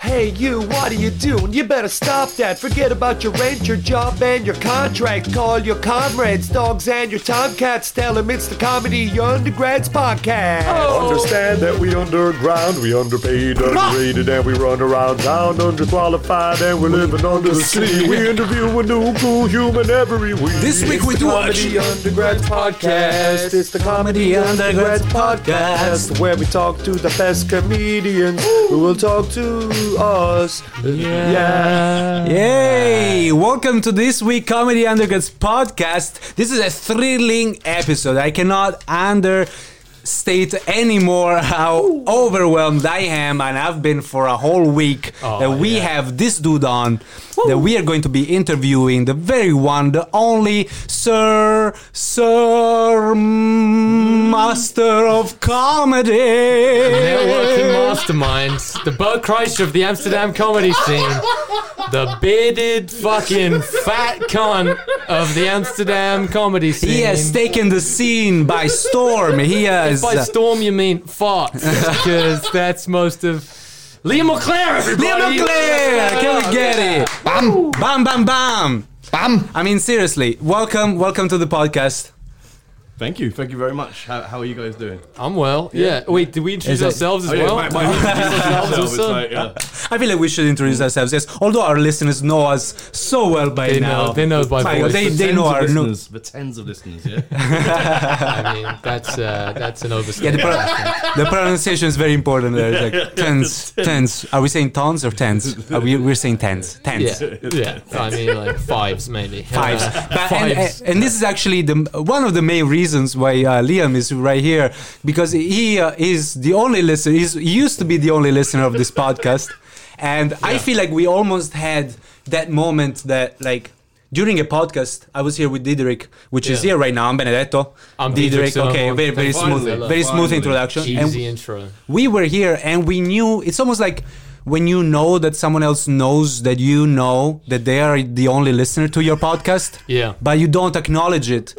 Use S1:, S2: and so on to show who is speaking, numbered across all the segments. S1: Hey you, what are you doing? You better stop that. Forget about your rent, your job, and your contract. Call your comrades, dogs, and your tomcats. Tell them it's the Comedy Undergrads Podcast.
S2: Oh,
S3: Understand that we underground, we underpaid, underrated, and we run around town, underqualified, and we're living under the sea. We interview a new cool human every week.
S2: This week we do a
S1: Comedy Undergrads Podcast. It's the Comedy
S2: Comedy
S1: Undergrads
S2: Undergrads
S1: Podcast,
S2: Podcast.
S1: where we talk to the best comedians who will talk to us. Yeah.
S2: Yay! Welcome to this week Comedy Undercuts podcast. This is a thrilling episode. I cannot understate anymore how overwhelmed I am, and I've been for a whole week that we have this dude on. That we are going to be interviewing the very one, the only Sir Sir Master of Comedy.
S4: Networking masterminds, the Bo Kreischer of the Amsterdam comedy scene, the bearded fucking fat cunt of the Amsterdam comedy scene.
S2: He has taken the scene by storm. He has
S4: By storm, you mean farts, because that's most of Liam O'Clair, everybody.
S2: Liam O'Clair! Can we get it? Bam! Bam, bam, bam! Bam! I mean, seriously, welcome, welcome to the podcast.
S5: Thank you. Thank you very much. How, how are you guys doing?
S4: I'm well. Yeah. Wait, did we introduce
S2: Is it-
S4: ourselves as
S5: Oh, yeah,
S4: well?
S5: my- my-
S4: ourselves
S5: It's
S4: also?
S5: like, yeah.
S2: I feel like we should introduce ourselves, yes, although our listeners know us so well by
S4: They
S2: now.
S4: know- they know by
S2: My God,
S4: voice.
S2: They,
S5: The
S2: they
S5: tens
S2: know
S5: of
S2: our new.
S5: listeners. The tens of listeners, yeah?
S4: I mean, that's uh, that's an
S2: Yeah, the,
S4: overstatement.
S2: pro- the pronunciation is very important there. It's like tens, tens. Are we saying tons or tens? Are we, we're saying tens. Tens.
S4: Yeah. yeah. I mean, like fives maybe.
S2: Fives.
S4: Uh,
S2: But, and-
S4: fives.
S2: And, and this is actually the one of the main reasons why uh, Liam is right here because he uh, is the only listener. He's, he used to be the only listener of this podcast, and I feel like we almost had that moment that like. During a podcast, I was here with Diderik, which is
S4: Yeah.
S2: here right now. I'm Benedetto.
S4: I'm
S2: Diderik.
S4: Diederik
S2: Okay,
S4: Solomon.
S2: very very
S4: Finally,
S2: smooth,
S4: look,
S2: very smooth
S5: finally.
S2: introduction. And
S4: Easy intro.
S2: we were here and we knew it's almost like when you know that someone else knows that you know that they are the only listener to your podcast
S4: Yeah.
S2: but you don't acknowledge it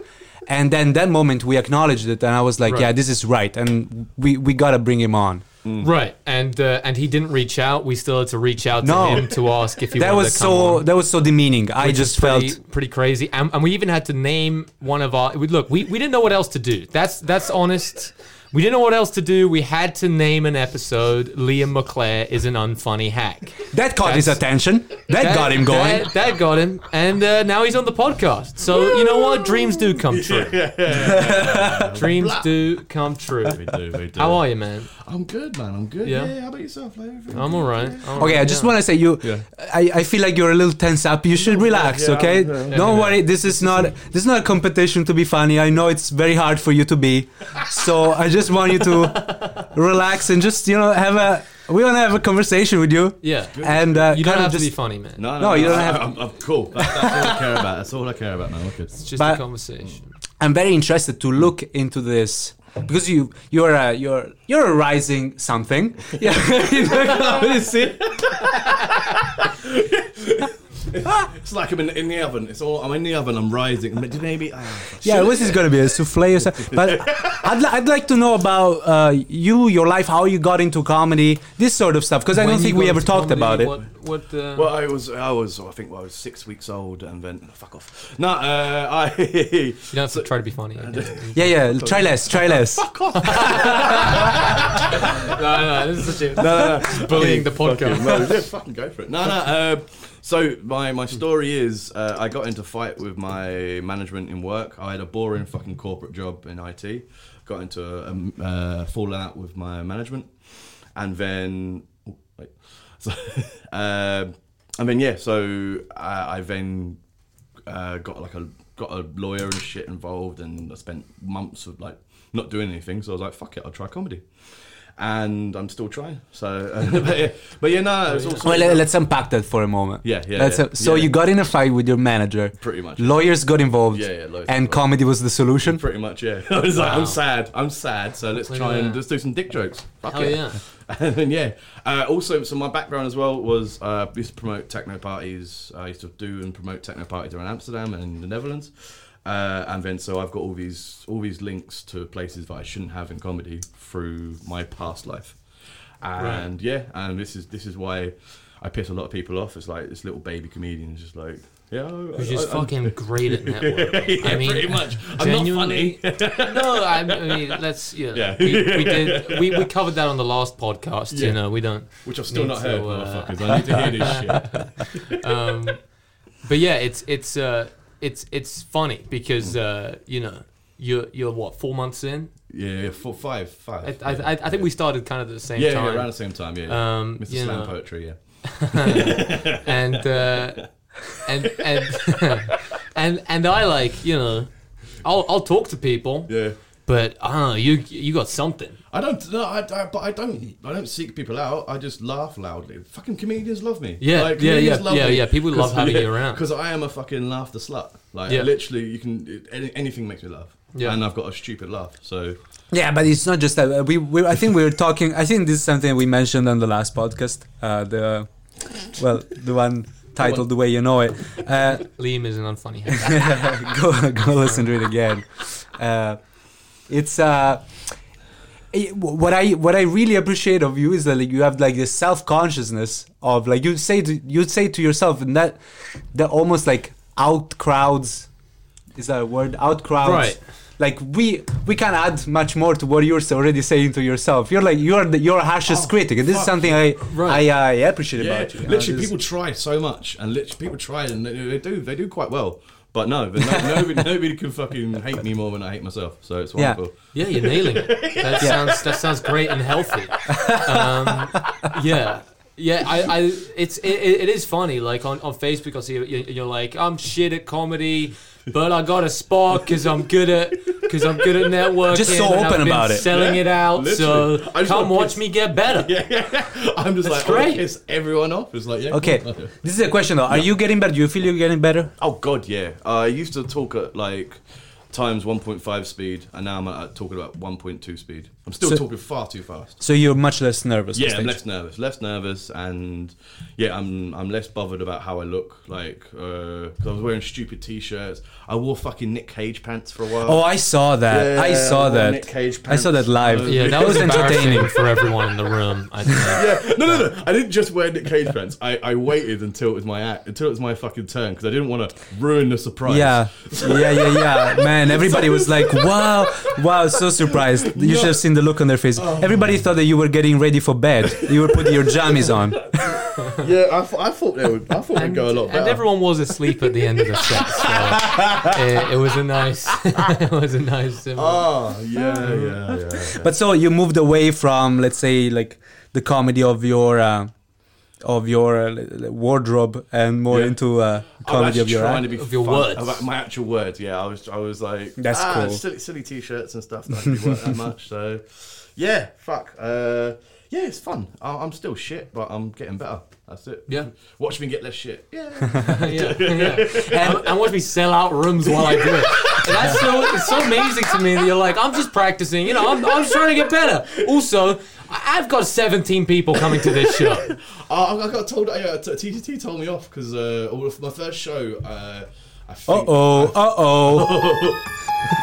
S2: and then that moment we acknowledged it and i was like
S4: Right.
S2: yeah this is right and we we gotta bring him on
S4: Right, and uh, and he didn't reach out. We still had to reach out to
S2: No.
S4: him to ask if he
S2: that
S4: wanted
S2: was
S4: to come
S2: so
S4: on,
S2: that was so demeaning i
S4: which
S2: just
S4: is pretty,
S2: felt
S4: pretty crazy. And, and we even had to name one of our. we- Look, we, we didn't know what else to do. That's that's honest. We didn't know what else to do. We had to name an episode. Liam McClare is an unfunny hack.
S2: that caught his
S4: That's-
S2: attention that, got him going
S4: That, that got him, and uh, now he's on the podcast. So you know what? Dreams do come true. Dreams do come true.
S5: They do, they do.
S4: How are you, man?
S5: I'm good, man. I'm good.
S4: Yeah.
S5: Yeah. How about yourself? Like, everything
S4: I'm
S5: good?
S4: all right.
S2: Okay, I just want to say you. I, I feel like you're a little tense up. You should relax.
S5: yeah,
S2: okay,
S5: yeah, yeah.
S2: don't worry. This is not this is not a competition to be funny. I know it's very hard for you to be, so I just want you to relax and just you know have a. We want to have a conversation with you.
S4: Yeah.
S2: and uh,
S4: You don't
S2: kind of
S4: have
S2: just,
S4: to be funny, man.
S5: No, no,
S2: No, you don't
S5: I,
S2: have-
S5: I'm, I'm cool. That, that's all I care about. That's all I care about, man. Look at
S4: It's just
S2: But-
S4: a conversation.
S2: I'm very interested to look into this because you you're a you're you're a rising something. Yeah, in the comedy scene.
S5: It's like I'm in, in the oven. It's all. I'm in the oven. I'm rising. But maybe. ah,
S2: Yeah, what's this gonna be a souffle or something? But I'd, li- I'd like to know about uh, you, your life, how you got into comedy, this sort of stuff, because I
S4: When
S2: don't
S4: you
S2: think we
S4: got
S2: ever
S4: into
S2: talked
S4: comedy,
S2: about it.
S4: What? what uh,
S5: Well, I was, I was, I think, well, I was six weeks old, and then fuck off. No, uh, I.
S4: you don't have to try to be funny. okay?
S2: Yeah, yeah. Try less. Try less.
S4: no, no, this is such a
S5: no, no, no.
S4: bullying the
S5: Fucking-
S4: podcast.
S5: no, yeah, fucking go for it. No, no. Uh, so my my story is uh, I got into a fight with my management in work. I had a boring fucking corporate job in IT. Got into a, um, uh, fallout with my management, and then oh, wait. So, um and then yeah. So I, I then uh, got like a got a lawyer and shit involved, and I spent months of like not doing anything. So I was like, fuck it, I'll try comedy. And I'm still trying. So, uh, but, yeah, but yeah, no, it's all
S2: Well,
S5: sorts
S2: let,
S5: of-
S2: let's unpack that for a moment.
S5: Yeah, yeah,
S2: Let's, uh,
S5: yeah.
S2: so
S5: Yeah.
S2: you got in a fight with your manager.
S5: Pretty much.
S2: Lawyers got involved.
S5: Yeah, yeah, lawyers
S2: And
S5: got
S2: comedy was the solution.
S5: pretty much. Yeah, I was like,
S4: Wow.
S5: I'm sad, I'm sad. So let's
S4: Look
S5: try
S4: at
S5: and
S4: that.
S5: let's do some dick jokes. Fuck
S4: Hell
S5: it.
S4: yeah.
S5: And then yeah, uh, also so my background as well was uh, I used to promote techno parties. I used to do and promote techno parties around Amsterdam and in the Netherlands. Uh, and then so I've got all these all these links to places that I shouldn't have in comedy through my past life. And yeah, and this is this is why I piss a lot of people off. It's like this little baby comedian is just like, yeah,
S4: Who's just fucking great at network. I mean,
S5: pretty much. I'm not
S4: genuinely- no, I mean, let's. Yeah,
S5: Yeah.
S4: We, we did. We, we covered that on the last podcast. You
S5: Yeah.
S4: know, we don't.
S5: which I've still
S4: need
S5: not
S4: to,
S5: heard.
S4: uh,
S5: motherfuckers, I need to hear this shit.
S4: um, but yeah, it's it's uh, it's it's funny because uh, you know you're you're what four months in.
S5: Yeah, yeah, four, five, five.
S4: I, I, I I think we started kind of at the same
S5: yeah, yeah,
S4: time.
S5: around the same time. Yeah, yeah.
S4: Um,
S5: Mr.
S4: you
S5: Slam
S4: know.
S5: poetry. Yeah,
S4: and uh, and and and and I like you know, I'll I'll talk to people,
S5: yeah.
S4: but I don't know you you got something.
S5: I don't. No, I, I. But I don't. I don't seek people out. I just laugh loudly. Fucking comedians love me.
S4: Yeah, yeah,
S5: comedians
S4: yeah, yeah, yeah, people love having you around.
S5: Because I am a fucking laugh the slut. Like
S4: Yeah.
S5: literally, you can it, any, anything makes me laugh.
S4: Yeah.
S5: and I've got a stupid laugh. So
S2: Yeah, but it's not just that. uh, We, we I think we were talking. I think this is something we mentioned on the last podcast. Uh, the well, the one titled "The Way You Know It." Uh,
S4: Liam is an unfunny. host.
S2: go go listen to it again. Uh, it's uh, it- what I what I really appreciate of you is that like you have like this self consciousness of like you say to, you say to yourself and that that almost like out crowds is that a word out crowds
S4: Right.
S2: like we we can add much more to what you're already saying to yourself you're like you're the, your harshest critic and this is
S5: Oh, fuck
S2: something I,
S4: Right.
S2: I I appreciate
S5: yeah,
S2: about you you know,
S5: literally,
S2: this-
S5: people try so much, and literally, people try and they, they do. They do quite well. But no, but no nobody, nobody can fucking hate me more than I hate myself. So it's
S2: Yeah.
S5: wonderful.
S4: yeah, you're nailing it. That sounds that sounds great and healthy. Um, yeah. Yeah, I, I, it's, it, it it is funny. Like on, on Facebook, I see you, you're like, I'm shit at comedy, but I got a spot because I'm good at, because I'm good at networking.
S2: Just so
S4: and I've
S2: open
S4: been
S2: about it.
S4: selling
S5: Yeah,
S4: it out.
S5: literally. I
S4: So
S5: just
S4: come
S5: wanna
S4: watch
S5: piss-
S4: me get better.
S5: I'm just
S4: That's
S5: like, I
S4: great.
S5: piss everyone off. It's like, yeah,
S2: okay
S5: cool.
S2: this is a question though are you getting better do you feel you're getting better
S5: Oh god, yeah. I used to talk at like times 1.5 speed, and now I'm at, talking about 1.2 speed. I'm still
S2: So-
S5: talking far too fast.
S2: So you're much less nervous. on
S5: Yeah, I'm
S2: stage.
S5: less nervous, less nervous, and yeah, I'm I'm less bothered about how I look. Like, uh 'cause I was wearing stupid t-shirts. I wore fucking Nick Cage pants for a while.
S2: Oh, I saw that.
S5: Yeah,
S2: I saw
S5: I wore
S2: that.
S5: Nick Cage
S2: I saw that
S5: pants.
S2: live.
S4: Yeah, that
S2: It
S4: was entertaining for everyone in the room. I think.
S5: yeah, no, no, no. I didn't just wear Nick Cage pants. I, I waited until it was my act, until it was my fucking turn, because I didn't want to ruin the surprise.
S2: Yeah, yeah, yeah, yeah. Man, everybody was like, "Wow, wow!" So surprised. You should have seen the look on their face.
S5: Oh.
S2: Everybody thought that you were getting ready for bed. You were putting your jammies on.
S5: yeah. I, th- I thought they would. I thought they'd go a lot better.
S4: And everyone was asleep at the end of the set. So it, it was a nice, it was a nice. uh,
S5: Oh yeah, yeah, yeah.
S2: But so you moved away from, let's say, like the comedy of your. Uh, of your uh, wardrobe and more
S5: Yeah.
S2: into uh,
S5: I'm
S2: comedy
S5: actually
S2: of your act.
S5: trying to be
S4: Of your
S5: fun-
S4: words.
S5: About my actual words, yeah. I was, I was like,
S2: That's
S5: ah,
S2: cool.
S5: Silly, silly t-shirts and stuff that don't work that much. So, yeah, fuck. Uh, yeah, it's fun. I, I'm still shit, but I'm getting better. That's it.
S4: Yeah.
S5: Watch me get less shit. Yeah.
S4: yeah, yeah. And, and watch me sell out rooms while I do it. And that's so it's so amazing to me that you're like, I'm just practicing, you know, I'm, I'm just trying to get better. Also, I- I've got 17 people coming to this show.
S5: I, I got told. Yeah, t- TTT told me off because uh, all of my first show. Uh, I
S2: Uh
S5: think,
S2: oh, uh oh.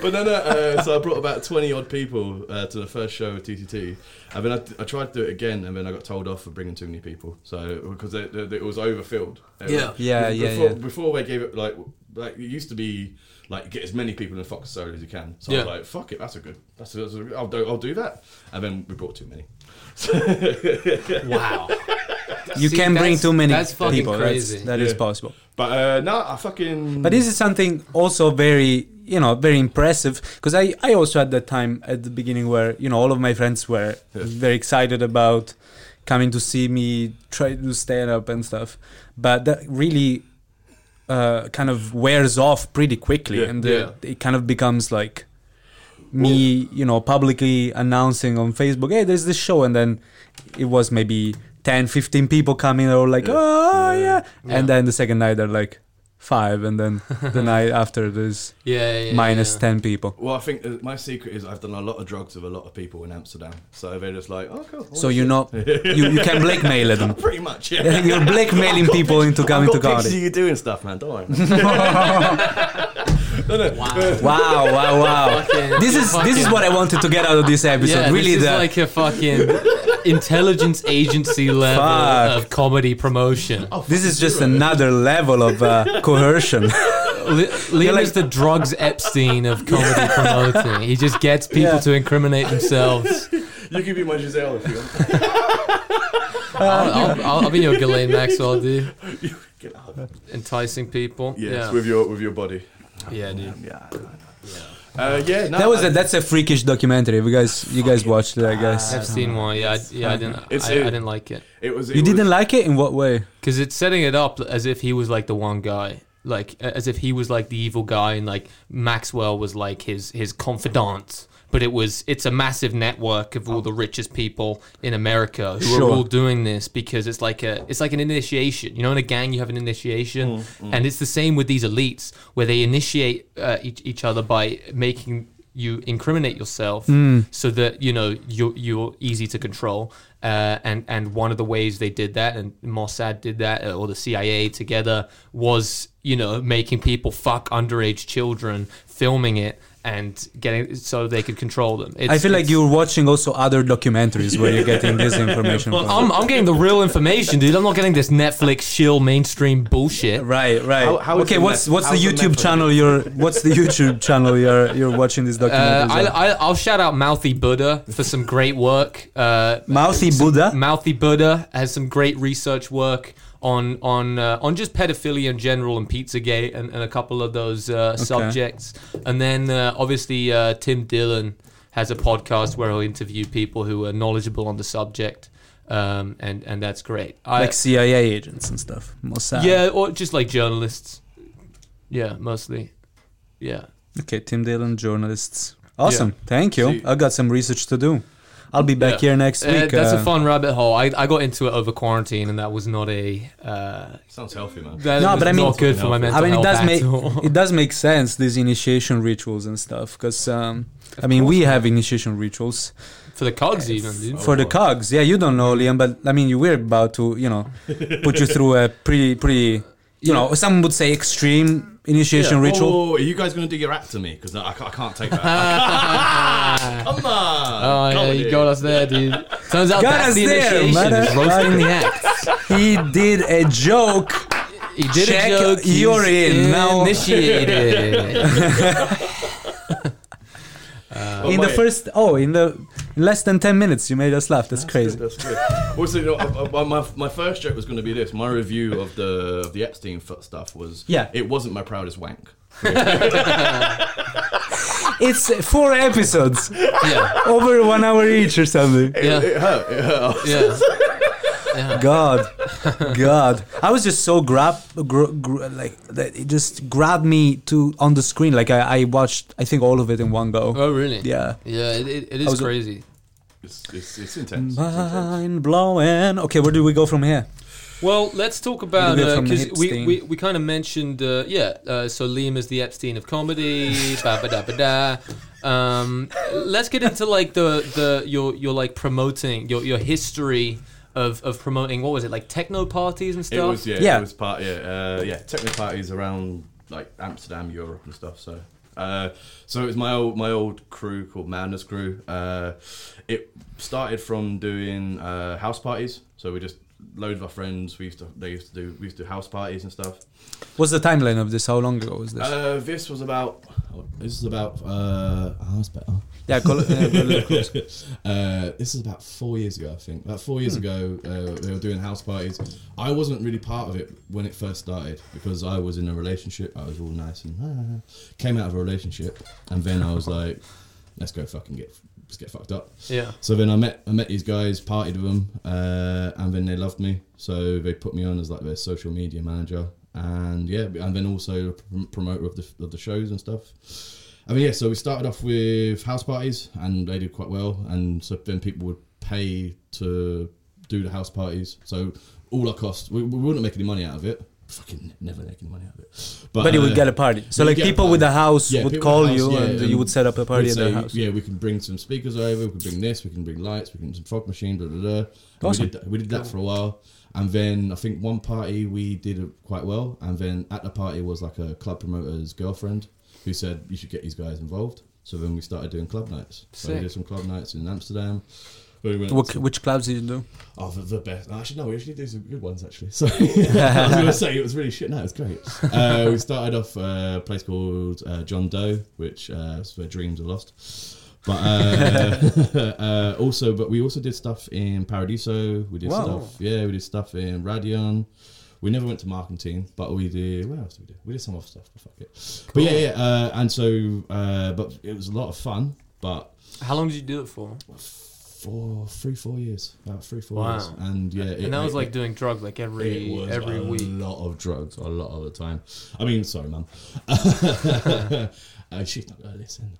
S5: But no, no. Uh, so I brought about twenty odd people uh, to the first show of TTT, and then I, I tried to do it again, and then I got told off for bringing too many people. So because it, it, it was overfilled. It
S4: Yeah.
S5: was-
S2: Yeah, yeah,
S5: before,
S2: yeah.
S5: Before they gave it, like, like it used to be, like get as many people in Fox Solo as you can. So I
S4: Yeah.
S5: was like, fuck it, that's a good. That's, a, that's a, I'll do. I'll do that. And then we brought too many.
S4: Wow.
S2: You
S4: See,
S2: can bring
S4: that's-
S2: too many
S4: that's fucking
S2: people. That's,
S4: crazy.
S2: that is
S5: Yeah.
S2: possible.
S5: But uh, no, I fucking.
S2: But this is something also very, you know, very impressive because I, I also had that time at the beginning where, you know, all of my friends were very excited about coming to see me, try to stand up and stuff. But that really uh, kind of wears off pretty quickly
S5: Yeah.
S2: and the, it kind of becomes like me, you know, publicly announcing on Facebook, hey, there's this show. And then it was maybe 10, 15 people coming. They were like, oh, yeah. And then the second night, they're like, five. And then the night after, there's
S4: Yeah, yeah,
S2: minus
S4: yeah.
S2: 10 people.
S5: well, I think uh, my secret is I've done a lot of drugs with a lot of people in Amsterdam, so they're just like, oh, cool.
S2: So, you know, you, you can blackmail them.
S5: pretty much, yeah.
S2: You're blackmailing people into coming
S5: I've
S2: to
S5: got pictures
S2: comedy.
S5: of you doing stuff, man. Don't worry. man.
S2: Wow, wow, wow.
S4: Fucking-
S2: this is this is
S4: fucking-
S2: what I wanted to get out of this episode.
S4: Yeah,
S2: really,
S4: this
S2: the
S4: is like a fucking intelligence agency level
S2: Fuck.
S4: of comedy promotion.
S2: this is just another level of uh, coercion.
S4: Li- Liam
S2: like-
S4: is the drugs Epstein of comedy promoting. He just gets people
S2: Yeah.
S4: to incriminate themselves.
S5: You can be my Giselle if you want.
S4: I'll, I'll, I'll, I'll be your Ghislaine Maxwell, dude.
S5: Get out.
S4: Enticing people.
S5: Yes,
S4: yeah.
S5: with your with your body.
S4: yeah, dude.
S5: Yeah. Uh, yeah, no,
S2: That was
S5: I-
S2: a, that's a freakish documentary. You guys, you guys watched it, I guess.
S4: I've seen one. Yeah, I, yeah, I didn't.
S5: It's-
S4: I,
S5: it-
S4: I didn't like it
S5: It was. It
S2: You
S5: was,
S2: didn't like it? In what way?
S4: because it's setting it up as if he was like the one guy, like a- as if he was like the evil guy, and like Maxwell was like his his confidant. But it was it's a massive network of all the richest people in America who
S2: Sure.
S4: are all doing this because it's like a it's like an initiation. You know, in a gang you have an initiation, and it's the same with these elites where they initiate uh, each, each other by making you incriminate yourself
S2: Mm.
S4: so that you know you're you're easy to control. Uh, and and one of the ways they did that, and Mossad did that, uh, or the CIA together, was you know making people fuck underage children, filming it, and getting so they could control them. It's,
S2: I feel like
S4: it's-
S2: you're watching also other documentaries where you're getting this information
S4: Well,
S2: from.
S4: I'm, I'm getting the real information, dude. I'm not getting this Netflix shill mainstream bullshit.
S2: Right, right.
S5: How- how is
S2: okay,
S5: the
S2: what's
S5: net-
S2: what's the
S5: how's the
S2: YouTube
S5: Netflix?
S2: channel you're what's the YouTube channel you're you're watching this
S4: Uh,
S2: documentary?
S4: I,
S2: on?
S4: I, I'll shout out Mouthy Buddha for some great work. Uh,
S2: Mouthy Buddha?
S4: Mouthy Buddha has some great research work on on uh, on just pedophilia in general and Pizzagate and, and a couple of those uh, subjects. And then uh, obviously uh, Tim Dillon has a podcast where he'll interview people who are knowledgeable on the subject, um, and and that's great. I,
S2: like CIA agents and stuff. Mossad.
S4: yeah, or just like journalists. Yeah, mostly. Yeah.
S2: Okay, Tim Dillon, journalists. Awesome. Thank you. I got some research to do. I'll be back
S4: Yeah.
S2: here next
S4: Uh,
S2: week.
S4: that's
S2: uh,
S4: a fun rabbit hole. I, I got into it over quarantine, and that was not a. Uh,
S5: sounds healthy, man.
S4: that
S2: No,
S4: was
S2: but I
S4: not
S2: mean-
S4: good for my mental
S2: I mean, it
S4: health
S2: does
S4: at
S2: make
S4: all.
S2: it does make sense these initiation rituals and stuff because um, I mean we have initiation rituals
S4: for the cogs even. Dude.
S2: for the
S5: Oh.
S2: cogs. Yeah, you don't know Liam, but I mean you were about to you know put you through a pretty pretty you know some would say extreme initiation
S5: Yeah.
S2: ritual.
S5: Oh, are you guys going to do your act to me? Because I, I can't- I can't take that. Come on.
S4: Oh yeah, you
S5: comedy.
S4: got us there, dude. Turns out
S2: Got
S4: that's
S2: us
S4: the
S2: there,
S4: initiation. is
S2: motherfucker.
S4: roasting the act.
S2: He did a joke.
S4: He did
S2: Check,
S4: a joke. he's
S2: you're in now.
S4: Initiated.
S5: Oh,
S2: in the
S5: wait.
S2: first oh in the in less than 10 minutes you made us laugh that's crazy
S5: That's good. also, you know, I, I, my, my first joke was going to be this. My review of the of the Epstein f- stuff was
S2: Yeah.
S5: It wasn't my proudest wank.
S2: it's four episodes
S4: yeah,
S2: over one hour each or something
S4: yeah,
S5: It hurt. It hurt.
S4: yeah.
S2: god god i was just so grab gr- gr- like that it just grabbed me to on the screen like i, I watched i think all of it in one go
S4: Oh really?
S2: yeah
S4: yeah. It, it, it
S2: I
S4: is
S2: was-
S4: crazy.
S5: It's, it's, it's intense. It's intense.
S2: mind blowing okay where do we go from here
S4: Well, let's talk about
S2: bit from
S4: because we,
S2: Epstein.
S4: we, we kind of mentioned uh, yeah. Uh, so Liam is the Epstein of comedy. ba ba da ba da. Um, let's get into like the the your your like promoting your your history of of promoting what was it like techno parties and
S5: It
S4: stuff.
S5: was yeah,
S2: Yeah.
S5: It was part yeah. Uh, yeah. Techno parties around like Amsterdam, Europe, and stuff. So. Uh, so it was my old my old crew called Madness Crew. Uh, it started from doing uh, house parties. So we just load of our friends. We used to they used to do we used to do house parties and stuff.
S2: what's the timeline of this how long ago was this
S5: Uh, this was about. This is about. Uh, oh, that's better.
S2: yeah call it, yeah, call it close.
S5: Uh, this is about four years ago, I think. About four years ago, uh, they were doing house parties. I wasn't really part of it when it first started because I was in a relationship. I was all nice and ah, came out of a relationship, and then I was like, "Let's go fucking get, let's get fucked up."
S4: Yeah.
S5: So then I met I met these guys, partied with them, uh, and then they loved me. So they put me on as like their social media manager, and yeah, and then also a prom- promoter of the of the shows and stuff. I mean, yeah. So we started off with house parties, and they did quite well. And so then people would pay to do the house parties. So all our costs, we, we wouldn't make any money out of it. Fucking never make any money out of it.
S2: but you would
S5: uh,
S2: get a party so
S5: you
S2: like
S5: get a
S2: people
S5: party.
S2: with a house
S5: Yeah,
S2: would
S5: people
S2: call
S5: with a
S2: you
S5: house, yeah,
S2: and you would set up a party
S5: we'd
S2: at their
S5: say,
S2: house
S5: Yeah, we can bring some speakers over. We can bring this. We can bring lights. We can some fog machine. Blah blah blah. And
S2: Awesome.
S5: We did, that, we did that for a while, and then I think one party we did quite well, and then at the party was like a club promoter's girlfriend. who said you should get these guys involved. So then we started doing club nights. So we
S4: Sick.
S5: did some club nights in Amsterdam. We went
S2: What,
S5: to-
S2: which clubs did you do?
S5: Oh, the, the best. Actually, no, we actually did some good ones, actually. So I was going to say it was really shit. No, it was great. Uh, we started off uh, a place called uh, John Doe, which uh, is where dreams are lost. But uh, uh, also, but we also did stuff in Paradiso. We did
S2: Wow.
S5: stuff, yeah, we did stuff in Radion. We never went to Marketing, but we did. Where else did we do? We did some off stuff, but fuck it. But yeah, yeah. Uh, and so, uh, but it was a lot of fun. But
S4: How long did you do it for?
S5: four, three, four years, about three, four
S4: Wow.
S5: years, and yeah, it-
S4: and that was
S5: it-
S4: like doing drugs like every
S5: it was um,
S4: every
S5: a
S4: week.
S5: lot of drugs, a lot of the time. I mean, sorry, mum. uh, she's not gonna listen.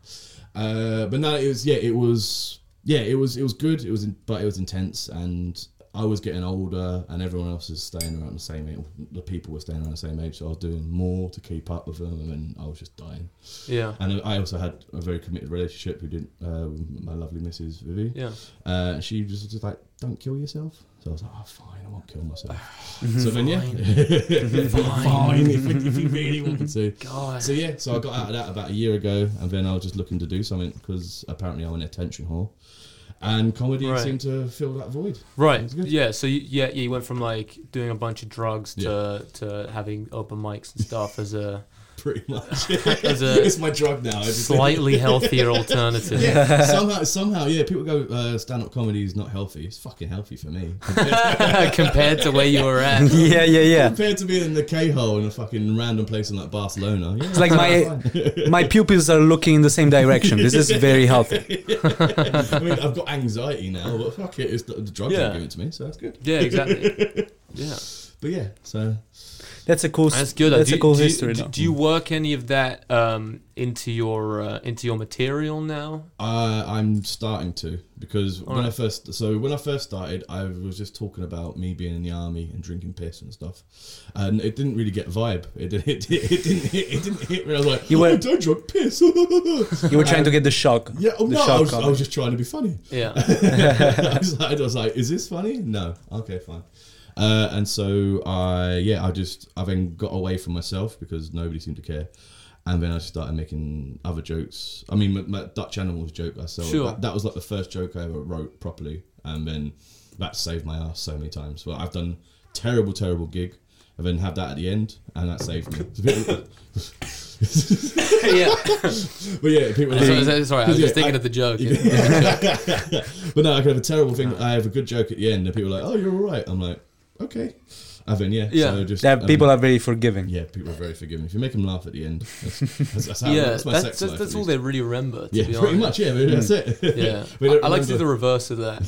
S5: Uh, but no, it was yeah, it was yeah, it was it was good. It was in, but it was intense, and I was getting older, and everyone else was staying around the same age. The people were staying around the same age, so I was doing more to keep up with them, and I was just dying.
S4: Yeah.
S5: And I also had a very committed relationship who didn't. Uh, with my lovely Mrs. Vivi.
S4: Yeah.
S5: Uh, she was just like, "Don't kill yourself." So I was like, "Oh, fine, I won't kill myself."
S4: Mhm.
S5: so then, yeah, fine, if, if you really wanted to.
S4: God.
S5: So yeah, so I got out of that about a year ago, and then I was just looking to do something because apparently I'm an attention whore, and comedy
S4: Right.
S5: seemed to fill that void.
S4: Right.
S5: It's good.
S4: Yeah. So you, yeah, yeah, you went from like doing a bunch of drugs to to having open mics and stuff as a
S5: Pretty much,
S4: as a
S5: it's my drug now. I just-
S4: slightly healthier alternative.
S5: yeah, somehow, somehow, yeah. People go, uh, stand-up comedy is not healthy. It's fucking healthy for me.
S4: compared to where you were at.
S2: Yeah, yeah, yeah.
S5: Compared to being in the K hole in a fucking random place in like Barcelona. Yeah,
S2: It's like my my pupils are looking in the same direction. This is very healthy.
S5: I mean, I've got anxiety now, but fuck it, it's the, the drugs
S4: Yeah.
S5: are giving it to me, so that's good.
S4: Yeah, exactly. Yeah,
S5: But yeah, so
S2: That's a cool.
S4: that's good.
S2: That's
S4: do,
S2: a cool
S4: do,
S2: history.
S4: Do,
S2: though.
S4: do you work any of that um, into your uh, into your material now?
S5: uh, I'm starting to because when I first, so when I first started, I was just talking about me being in the army and drinking piss and stuff, and it didn't really get vibe. It, did- it, it, it didn't hit. It didn't hit me. I was like,
S2: You
S5: you
S2: were-
S5: oh, don't drink piss. yeah,
S2: You were trying to get the shock.
S5: oh,
S2: the
S5: no, I was, I
S2: collar.
S5: was just trying to be funny.
S4: Yeah,
S5: I, was like, I was like, is this funny? No. Okay, fine. Uh, and so I, yeah, I just, I then got away from myself because nobody seemed to care. And then I just started making other jokes. I mean, my, my Dutch Animals joke I sold,
S4: Sure.
S5: that, that was like the first joke I ever wrote properly. And then that saved my ass so many times. Well, I've done terrible, terrible gig. And then have that at the end, and that saved me. It's a bit-
S4: yeah.
S5: but yeah, people.
S4: Sorry, sorry, sorry, I was
S5: Yeah,
S4: just thinking
S5: I-
S4: of the joke. Yeah.
S5: but no, I could have a terrible thing. I have a good joke at the end, and people are like, "Oh, you're all right." I'm like, "Okay." And then yeah,
S4: Yeah.
S5: So just
S2: Yeah,
S5: I mean,
S2: people are very forgiving.
S5: yeah, people are very forgiving. If you make them laugh at the end, that's, that's, that's, how,
S4: Yeah,
S5: that's my
S4: that's,
S5: sex
S4: that's,
S5: life.
S4: that's
S5: at
S4: all
S5: least.
S4: they really remember. To
S5: Yeah,
S4: be
S5: pretty
S4: honest. Hmm.
S5: much. Yeah, that's it.
S4: Yeah,
S5: We
S4: I,
S5: don't
S4: I like to do the
S5: remember-
S4: reverse of that.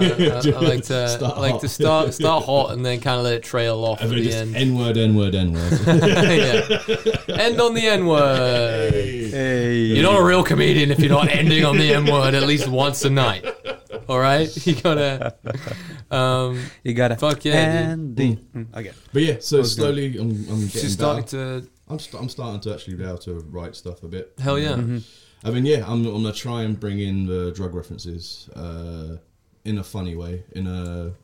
S4: I, I, I like to
S5: Start
S4: I like to
S5: hot.
S4: start start hot and then kind of let it trail off at
S5: And then
S4: the
S5: just
S4: end.
S5: N word, N word, N word.
S4: yeah. End on the N word.
S2: Hey.
S4: You're not a real comedian if you're not ending on the N word at least once a night. All right, you gotta. Um,
S2: You gotta.
S4: Fuck yeah,
S2: And the, Mm, okay.
S5: But yeah, so slowly I'm, I'm getting
S4: she's
S5: starting
S4: starting to.
S5: I'm, st- I'm starting to actually be able to write stuff a bit.
S4: Hell yeah.
S5: I mean, yeah, I'm, I'm gonna try and bring in the drug references uh, in a funny way, in a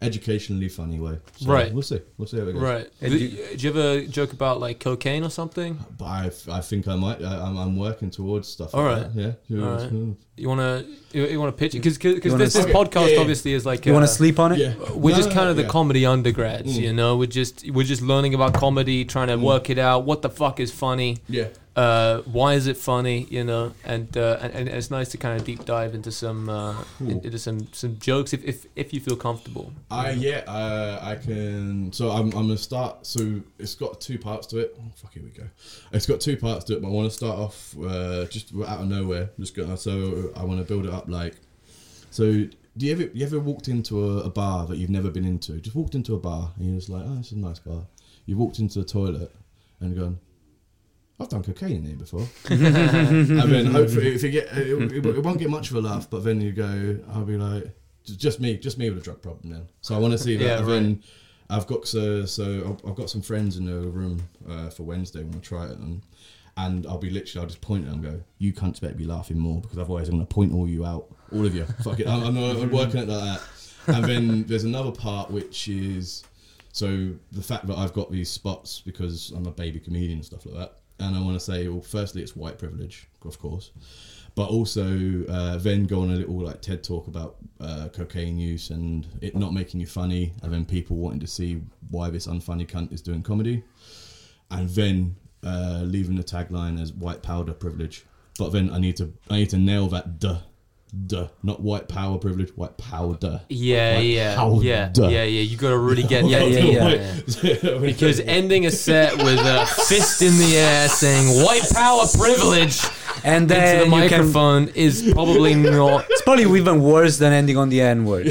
S5: educationally funny way. So
S4: Right.
S5: We'll see. We'll see how it goes.
S4: Right.
S2: And
S4: Do,
S2: you-
S4: do you ever joke about like cocaine or something?
S5: But I, I think I might. I, I'm, I'm working towards stuff.
S4: All
S5: like
S4: right.
S5: That. Yeah.
S4: All right. You wanna you, you wanna pitch it because
S2: You
S4: because
S2: wanna
S4: this, this
S5: s-
S4: podcast
S5: Yeah, yeah.
S4: obviously is like
S2: You want
S4: uh,
S2: to sleep on it?
S5: Yeah.
S4: We're
S5: No,
S4: just
S5: no,
S4: kind of
S5: no,
S4: the
S5: yeah.
S4: comedy undergrads, you know. We're just we're just learning about comedy, trying to work it out. What the fuck is funny?
S5: Yeah.
S4: Uh, why is it funny? You know, and, uh, and and it's nice to kind of deep dive into some uh, in- into some some jokes if, if if you feel comfortable.
S5: I yeah. Uh, I can. So I'm, I'm gonna start. So it's got two parts to it. Oh, fuck. Here we go. It's got two parts to it. But I want to start off uh, just out of nowhere. Just gonna, so I want to build it up like. So do you ever you ever walked into a, a bar that you've never been into? Just walked into a bar and you're just like, oh, this is a nice bar. You walked into the toilet and gone, I've done cocaine in here before. and then hopefully, if you get, it, it, it won't get much of a laugh, but then you go, I'll be like, "J- just me, just me with a drug problem now. So I want to see that.
S4: Yeah,
S5: and then I've got so, so I've, I've got some friends in the room uh, for Wednesday when I try it and. And I'll be literally, I'll just point at them and go, you cunts better be laughing more because otherwise I'm going to point all you out. All of you. Fuck it. I'm, I'm, I'm working at that. And then there's another part which is so the fact that I've got these spots because I'm a baby comedian and stuff like that, and I want to say, well, firstly, it's white privilege, of course, but also uh, then go on a little like TED talk about uh, cocaine use and it not making you funny, and then people wanting to see why this unfunny cunt is doing comedy, and then uh, leaving the tagline as white powder privilege. But then I need to I need to nail that duh, duh, not white power privilege, white powder.
S4: Yeah,
S5: Like,
S4: yeah,
S5: how
S4: yeah,
S5: duh.
S4: yeah, yeah. You gotta really get yeah, yeah, yeah. yeah. Because ending a set with a fist in the air saying "white power privilege"
S2: And
S4: into
S2: then
S4: the
S2: you can
S4: microphone is probably not.
S2: It's probably even worse than ending on the N word.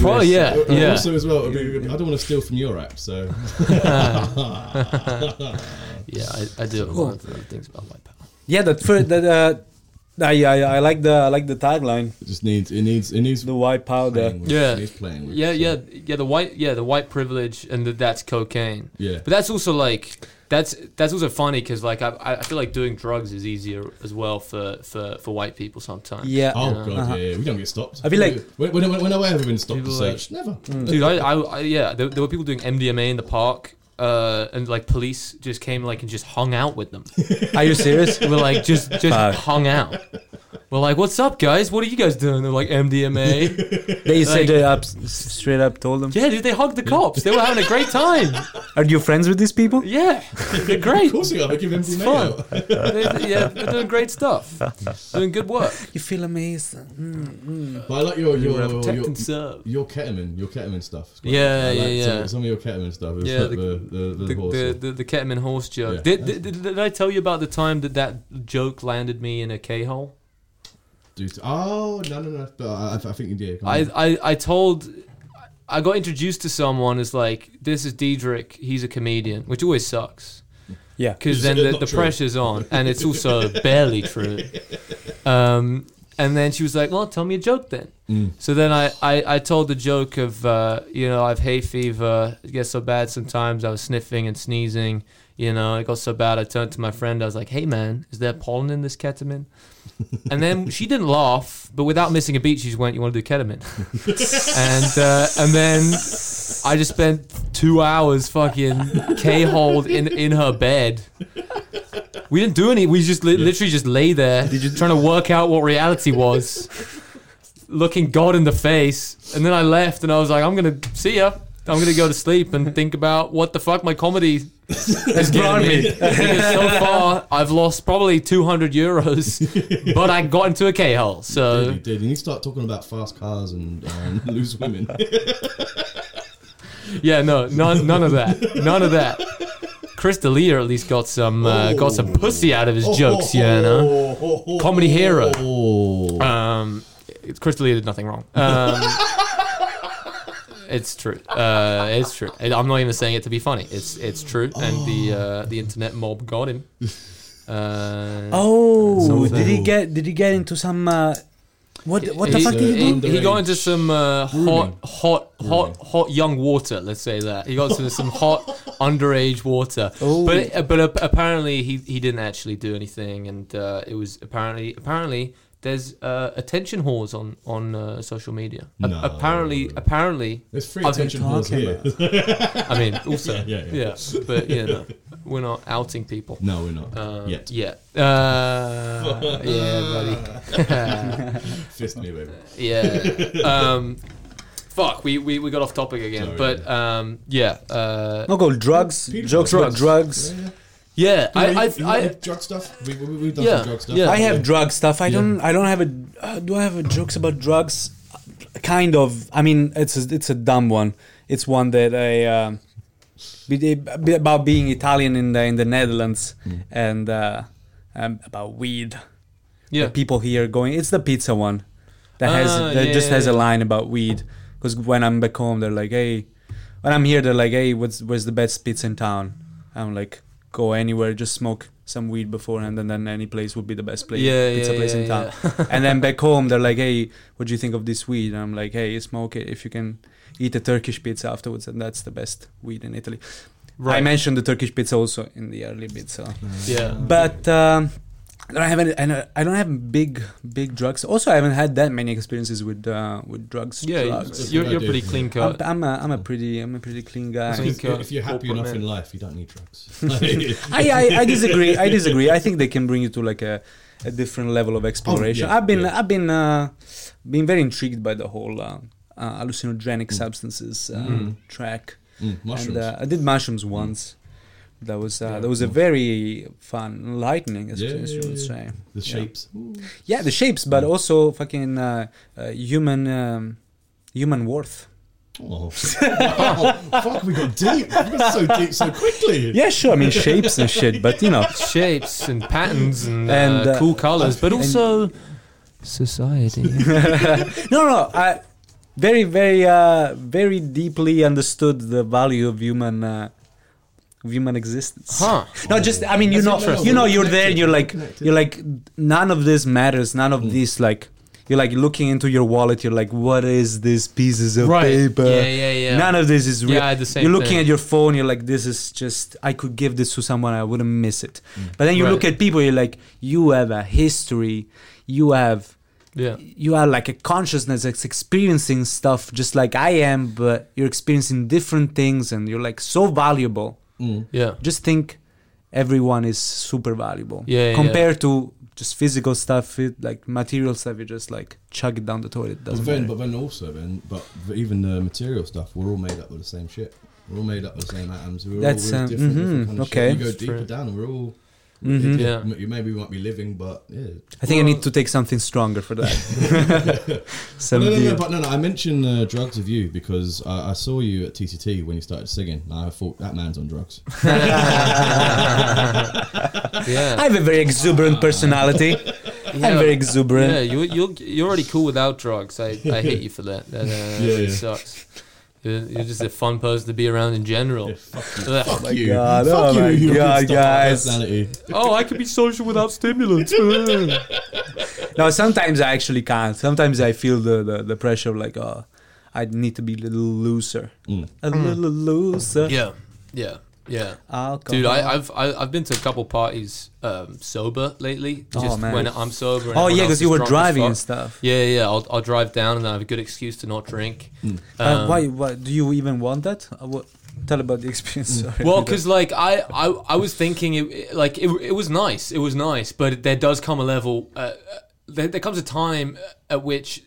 S4: Probably yeah,
S5: And
S4: yeah.
S5: Also, as well, I, mean, I don't want to steal from your app, so
S4: Yeah, I, I do have a lot of things about white power.
S2: Yeah, that first that uh, I, I I like the I like the tagline,
S5: it just needs it needs it needs
S2: the white powder.
S5: playing with.
S4: Yeah.
S5: It needs playing with.
S4: Yeah,
S5: so.
S4: yeah, yeah. The white, yeah, the white privilege, and that that's cocaine.
S5: Yeah.
S4: but that's also like that's that's also funny because like I I feel like doing drugs is easier as well for for for white people sometimes.
S2: Yeah.
S5: Oh god, yeah, yeah, we don't get stopped.
S2: I feel like-
S5: when, when, when, when have I ever been stopped to
S4: People like-
S5: search? Never.
S4: dude. I, I, I yeah, there, there were people doing MDMA in the park, uh, and like police just came like and just hung out with them.
S2: Are you serious?
S4: We're like just just
S2: Fuck.
S4: hung out. We're like, what's up, guys? What are you guys doing? They're like MDMA.
S2: They said
S4: Like-
S2: they up straight up told them.
S4: yeah, dude, they hugged the cops. They were having a great time.
S2: Are you friends with these people?
S4: Yeah, they're great.
S5: Of course you are. Give him
S4: It's
S5: the
S4: fun.
S5: mail.
S4: They're, yeah, they're doing great stuff. Doing good work.
S2: You feel amazing.
S5: But I like your your your,
S4: Protect
S5: your,
S4: and serve.
S5: ketamine, your ketamine stuff. It's quite-
S4: Yeah,
S5: I
S4: yeah,
S5: like
S4: yeah.
S5: Some, some of your ketamine stuff. It's
S4: Yeah,
S5: like
S4: the-
S5: the the, the,
S4: The,
S5: horse.
S4: the, the, the ketamine horse joke.
S5: Yeah.
S4: Did, did, did, did I tell you about the time that that joke landed me in a K hole?
S5: Do to- oh no no no! But I, I think you did. Come
S4: I,
S5: on.
S4: I, I told I got introduced to someone as like this is Diedrich he's a comedian which always sucks
S2: Yeah.
S4: because then
S5: It's
S4: the,
S5: not
S4: the
S5: true.
S4: pressure's on and it's also barely true um, and then she was like well tell me a joke then
S5: Mm.
S4: so then I, I, I told the joke of uh, you know I've hay fever it gets so bad sometimes I was sniffing and sneezing you know it got so bad I turned to my friend I was like hey man is there pollen in this ketamine and then she didn't laugh, but without missing a beat, she just went, "You want to do ketamine?" and uh, and then I just spent two hours fucking k-holed in in her bed. We didn't do any. We just li- literally just lay there, trying to work out what reality was, looking God in the face. And then I left, and I was like, "I'm gonna see ya." I'm gonna go to sleep and think about what the fuck my comedy has given
S2: brought
S4: me.
S2: me.
S4: Because so far, I've lost probably 200 euros, but I got into a K hole.
S5: you
S4: So
S5: did. You need to start talking about fast cars and um, loose women.
S4: yeah, no, none, none of that, none of that. Chris D'Elia at least got some uh, got some pussy out of his jokes, you know. Comedy hero.
S5: Oh.
S4: Um, it's- Chris D'Elia did nothing wrong. Um, it's true. Uh, it's true. And I'm not even saying it to be funny. It's it's true. And the uh, the internet mob got him. Uh,
S2: Oh, did he
S5: Something.
S2: get did he get into some uh, what what the
S4: He-
S2: fuck did he
S5: he-
S2: do?
S4: He got into some uh, hot, hot, hot, hot young water. Let's say that he got into some hot underage water.
S5: Oh.
S4: But uh, but ap- apparently he, he didn't actually do anything, and uh, it was apparently apparently there's uh, attention whores on on uh, social media. A-
S5: No.
S4: Apparently, apparently,
S5: There's free
S4: I've been
S5: attention whores
S2: talking
S5: here.
S4: I mean, also
S5: Yeah,
S4: yeah,
S5: yeah, yeah.
S4: but yeah, no, we're not outing people.
S5: No, we're not
S4: Uh,
S5: yet.
S4: Yeah. Uh, yeah, buddy.
S5: Fist me, baby.
S4: Yeah. um, fuck, we, we, we got off topic again. but
S5: Sorry.
S4: um, yeah. Uh,
S2: No, go drugs,
S5: People-
S2: jokes about drugs.
S5: Yeah, yeah.
S4: yeah,
S5: You-
S4: I, I,
S5: you
S4: I,
S5: want drug stuff. We, we, we've done
S4: Yeah,
S5: some drug stuff.
S4: yeah.
S2: I have drug stuff. I don't. I don't have a. Uh, do I have a jokes about drugs? Kind of. I mean, it's a, it's a dumb one. It's one that I um, be- be- about being Italian in the in the Netherlands
S4: Mm.
S2: and uh, um, about weed.
S4: yeah.
S2: The people here going. It's the pizza one that has
S4: Ah,
S2: that
S4: yeah,
S2: just
S4: yeah,
S2: has a
S4: yeah.
S2: line about weed. Because when I'm back home, they're like, hey. When I'm here, they're like, hey, what's where's the best pizza in town? I'm like, go anywhere, just smoke some weed beforehand, and then any place would be the best place.
S4: Yeah,
S2: pizza
S4: yeah,
S2: place
S4: yeah,
S2: in town. and then back home, they're like, hey, what do you think of this weed? And I'm like, hey, smoke it if you can. Eat a Turkish pizza afterwards, and that's the best weed in Italy. I
S4: Right.
S2: mentioned the Turkish pizza also in the early bit, so
S4: yeah.
S2: but um, I don't have any. I don't- I don't have big, big drugs. Also, I haven't had that many experiences with uh, with drugs.
S4: Yeah,
S2: drugs.
S4: you're,
S5: Yeah,
S4: you're
S5: dude.
S4: pretty clean
S2: I'm,
S4: cut.
S2: I'm a I'm a pretty I'm a pretty clean guy.
S4: Clean
S5: If,
S4: cut.
S5: if you're happy
S4: corporate
S5: enough
S4: man.
S5: in life, you don't need drugs. Mm,
S2: I, I, I disagree. I disagree. I think they can bring you to like a, a different level of exploration.
S5: Oh, yeah,
S2: I've been
S5: yeah.
S2: I've been uh, been very intrigued by the whole uh, uh, hallucinogenic substances uh, track.
S5: Mm, mushrooms.
S2: And uh, I did mushrooms once. That was uh, that was a very fun, enlightening experience, you would say.
S5: the shapes.
S2: Yeah, the shapes, but also fucking uh, uh, human um, human worth.
S5: Oh, wow, fuck, we got deep. We got so deep so quickly.
S2: Yeah, sure. I mean shapes and shit, but you know,
S4: Shapes and patterns and,
S2: And,
S4: uh,
S2: uh,
S4: cool colors, but
S2: and-
S4: also society.
S2: no, no, I very, very, uh, very deeply understood the value of human, uh, of human existence.
S4: Huh.
S2: No, just I mean, you
S5: That's
S2: know,
S5: interesting.
S2: you know, you're there, and you're
S5: We're
S2: like,
S5: connected.
S2: you're like, none of this matters. None
S4: Hmm.
S2: of this, like, you're like looking into your wallet. You're like, what is these pieces of
S4: Right.
S2: paper?
S4: Yeah, yeah, yeah.
S2: None of this is real.
S4: Yeah, I had the same
S2: you're looking
S4: thing.
S2: at your phone. You're like, this is just. I could give this to someone. I wouldn't miss it. But then you look
S4: Hmm. Right.
S2: at people. You're like, you have a history. You have
S4: Yeah.
S2: you are like a consciousness that's experiencing stuff just like I am, but you're experiencing different things and you're like so valuable.
S4: Yeah.
S2: Just think everyone is super valuable.
S4: Yeah, yeah,
S2: Compared to just physical stuff, it, like material stuff, you just like chuck it down the toilet.
S5: But
S2: Doesn't
S5: then,
S2: matter.
S5: but then also, then, but even the material stuff, we're all made up of the same shit. We're all made up of the same atoms. We're
S2: That's,
S5: all
S2: um,
S5: we're different, different
S2: mhm,
S5: kind of
S2: okay.
S5: shit. You go
S4: That's
S5: deeper
S4: true.
S5: down, and we're all.
S2: Mhm.
S5: Yeah.
S4: Yeah.
S5: m- Maybe we might be living, but yeah.
S2: I think I need to take something stronger for that.
S5: No,
S2: Some
S5: no, no,
S2: dude.
S5: but no, no. I mentioned uh, drugs with you because I, I saw you at TCT when you started singing. And I thought that man's on drugs.
S2: I
S4: Yeah.
S2: have a very exuberant personality. I'm very exuberant.
S4: Yeah, you you're you're already cool without drugs. I, I hate you for that. That uh, really
S5: yeah.
S4: sucks. You're, you're just a fun person to be around in general. Ugh.
S5: Fuck you.
S2: God,
S5: Fuck
S2: oh
S5: you.
S2: my
S5: you
S2: God,
S5: stop my
S2: guys.
S5: personality.
S4: oh, I can be social without stimulants.
S2: No, sometimes I actually can't. Sometimes I feel the, the, the pressure of like, oh, I need to be a little looser. A little looser.
S4: Mm. yeah, yeah, yeah.
S2: Alcohol.
S4: Dude, I, I've I, I've been to a couple parties um, sober lately.
S2: Oh,
S4: Just
S2: man.
S4: when I'm sober. And
S2: Oh, yeah,
S4: everyone else
S2: because you
S4: is
S2: were
S4: drunk as
S2: driving and
S4: fuck.
S2: stuff.
S4: Yeah, yeah. I'll, I'll drive down and I have a good excuse to not drink. um,
S2: uh, why, why? Do you even want that? Uh, what, tell about the experience. Sorry.
S4: Mm. Well, because like I, I, I was thinking, it- it, like it, it was nice, it was nice, but there does come a level, uh, uh, there, there comes a time uh, at which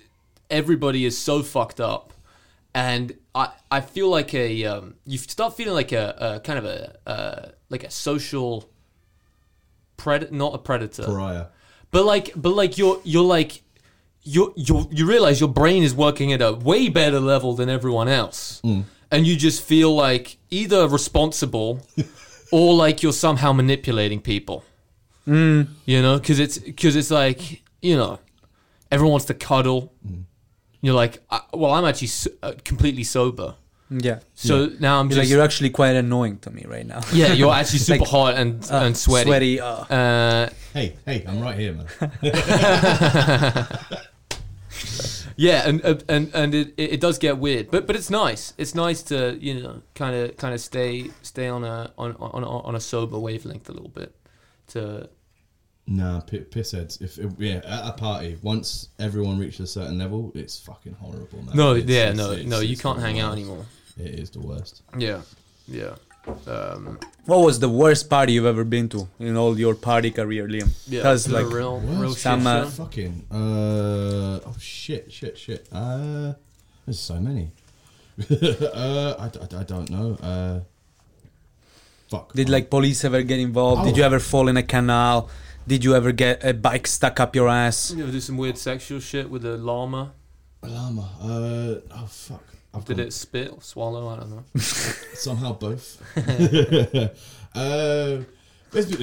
S4: everybody is so fucked up, and I, I feel like a, um, you start feeling like a, a kind of a, uh, like a social, pred, not a predator,
S5: Pariah.
S4: but like, but like you're you're like you you you realize your brain is working at a way better level than everyone else,
S2: Mm.
S4: and you just feel like either responsible or like you're somehow manipulating people. You know, because it's because it's like you know, everyone wants to cuddle.
S2: Mm.
S4: You're like, I, well, I'm actually so, uh, completely sober,
S2: yeah.
S4: so now I'm
S2: You're
S4: just
S2: like, you're actually quite annoying to me right now.
S4: yeah, you're actually super
S2: Like,
S4: hot and and sweaty.
S2: Sweaty. Uh,
S4: Uh,
S5: Hey, hey, I'm right here, man.
S4: Yeah, and uh, and and it, it it does get weird, but but it's nice. It's nice to you know kind of kind of stay stay on a on, on on a sober wavelength a little bit. To
S5: Nah, p- pissheads. If if- yeah, at a party, once everyone reaches a certain level, it's fucking horrible, man.
S4: no,
S5: It's-
S4: yeah,
S5: it's-
S4: no,
S5: it's-
S4: no, you
S5: it's
S4: can't
S5: the
S4: hang out
S5: worst.
S4: anymore.
S5: It is the worst.
S4: Yeah, yeah, um,
S2: what was the worst party you've ever been to in all your party career, Liam?
S4: yeah.
S2: Tell us,
S4: no
S2: like,
S4: real,
S5: Worst
S4: real
S2: some,
S4: shit,
S2: uh,
S4: sure.
S5: Fucking. Uh, oh shit, shit, shit. Uh, there's so many. uh, I, d- I d- I don't know. Uh, fuck. Oh,
S2: Did like police ever get involved? Did you ever fall in a canal? Did you ever get a bike stuck up your ass?
S4: You ever do some weird sexual shit with a llama?
S5: a llama? Uh, oh fuck. I've
S4: Did
S5: gone-
S4: it spit or swallow? I don't know.
S5: Somehow both. uh, there's been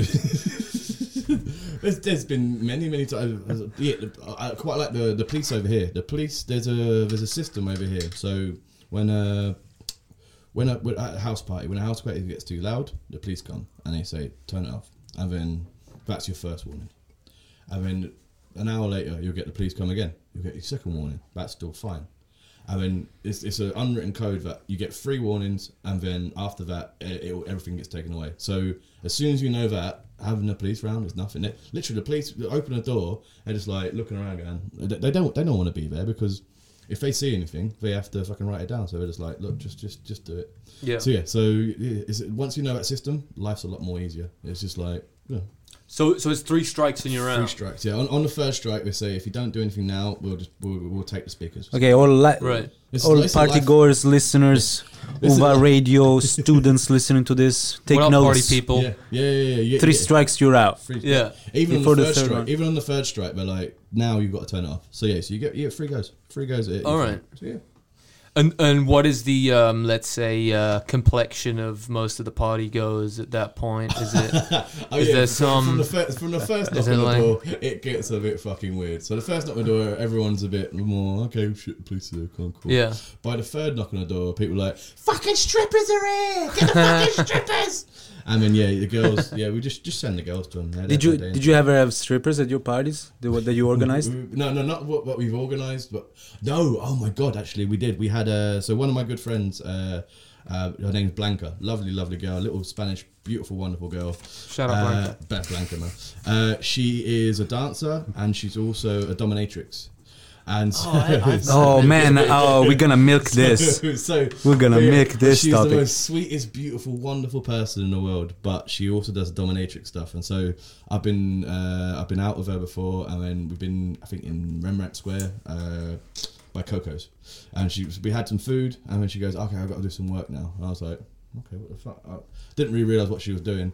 S5: there's, there's been many many times. Yeah, I I quite like the the police over here. The police there's a there's a system over here. So when uh when a, when at a house party when a house party gets too loud, the police come and they say turn it off, and then that's your first warning. And then an hour later, you'll get the police come again. You'll get your second warning. That's still fine. And then it's, it's an unwritten code that you get three warnings, and then after that, it, it, everything gets taken away. So as soon as you know that, having the police round is nothing. They, literally, the police open a door and just like looking around, going, they, they don't they don't want to be there because if they see anything, they have to fucking write it down. So they're just like, look, just just just do it.
S4: Yeah.
S5: So yeah, so yeah, it's, once you know that system, life's a lot more easier. It's just like yeah,
S4: So so it's three strikes and you're
S5: three
S4: out.
S5: strikes. Yeah, on, on the third strike, they say if you don't do anything now, we'll just we'll, we'll take the speakers.
S2: Okay, all li-
S4: Right.
S5: It's-
S2: all
S5: it's a
S2: party
S5: life-
S2: goers, listeners,
S5: It's a
S2: Uva
S5: life-
S2: radio students listening to this, take
S4: what up,
S2: notes.
S4: party people?
S5: Yeah, yeah, yeah, yeah. yeah
S2: Three
S5: yeah.
S2: strikes, you're out.
S5: Free-
S4: Yeah.
S5: Even on
S2: Before
S5: the
S2: the
S5: third,
S2: third
S5: strike,
S2: one.
S5: even on the third strike, they're like, now you've got to turn it off. So yeah, so you get you get three goes, three goes. At it,
S4: All
S5: All
S4: right.
S5: So yeah,
S4: And and what is the um, let's say uh, complexion of most of the party goes at that point? Is it
S5: oh,
S4: Is
S5: yeah,
S4: there
S5: from- from
S4: some-
S5: the first from the first knock
S4: it
S5: on the
S4: like-
S5: door? It gets a bit fucking weird. So the first knock on the door, everyone's a bit more okay. Shit, police are there, cool, cool.
S4: Yeah.
S5: By the third knock on the door, people are like, "Fucking strippers are here! Get the fucking strippers!" And then yeah, the girls. Yeah, we just just send the girls to them.
S2: Did you did you ever have uh, strippers at your parties that, were- that you organized?
S5: We- No, no, not what, what we've organised, but no. Oh my god, actually, we did. We had uh, so one of my good friends. Uh, uh, her name's Blanca, lovely, lovely girl, little Spanish, beautiful, wonderful girl.
S4: Shout out Blanca.
S5: Uh, Beth Blanca, man. Uh, she is a dancer and she's also a dominatrix. And so,
S2: Oh man, oh we're gonna milk this.
S5: so
S2: We're gonna
S5: but
S2: milk this
S5: She's
S2: topic.
S5: the most sweetest, beautiful, wonderful person in the world, but she also does dominatrix stuff. And so I've been uh, I've been out with her before, and then we've been I think in Rembrandt Square uh, by Coco's, and she was- we had some food, and then she goes, "Okay, I've got to do some work now," and I was like, "Okay, what the fuck?" I didn't really realize what she was doing.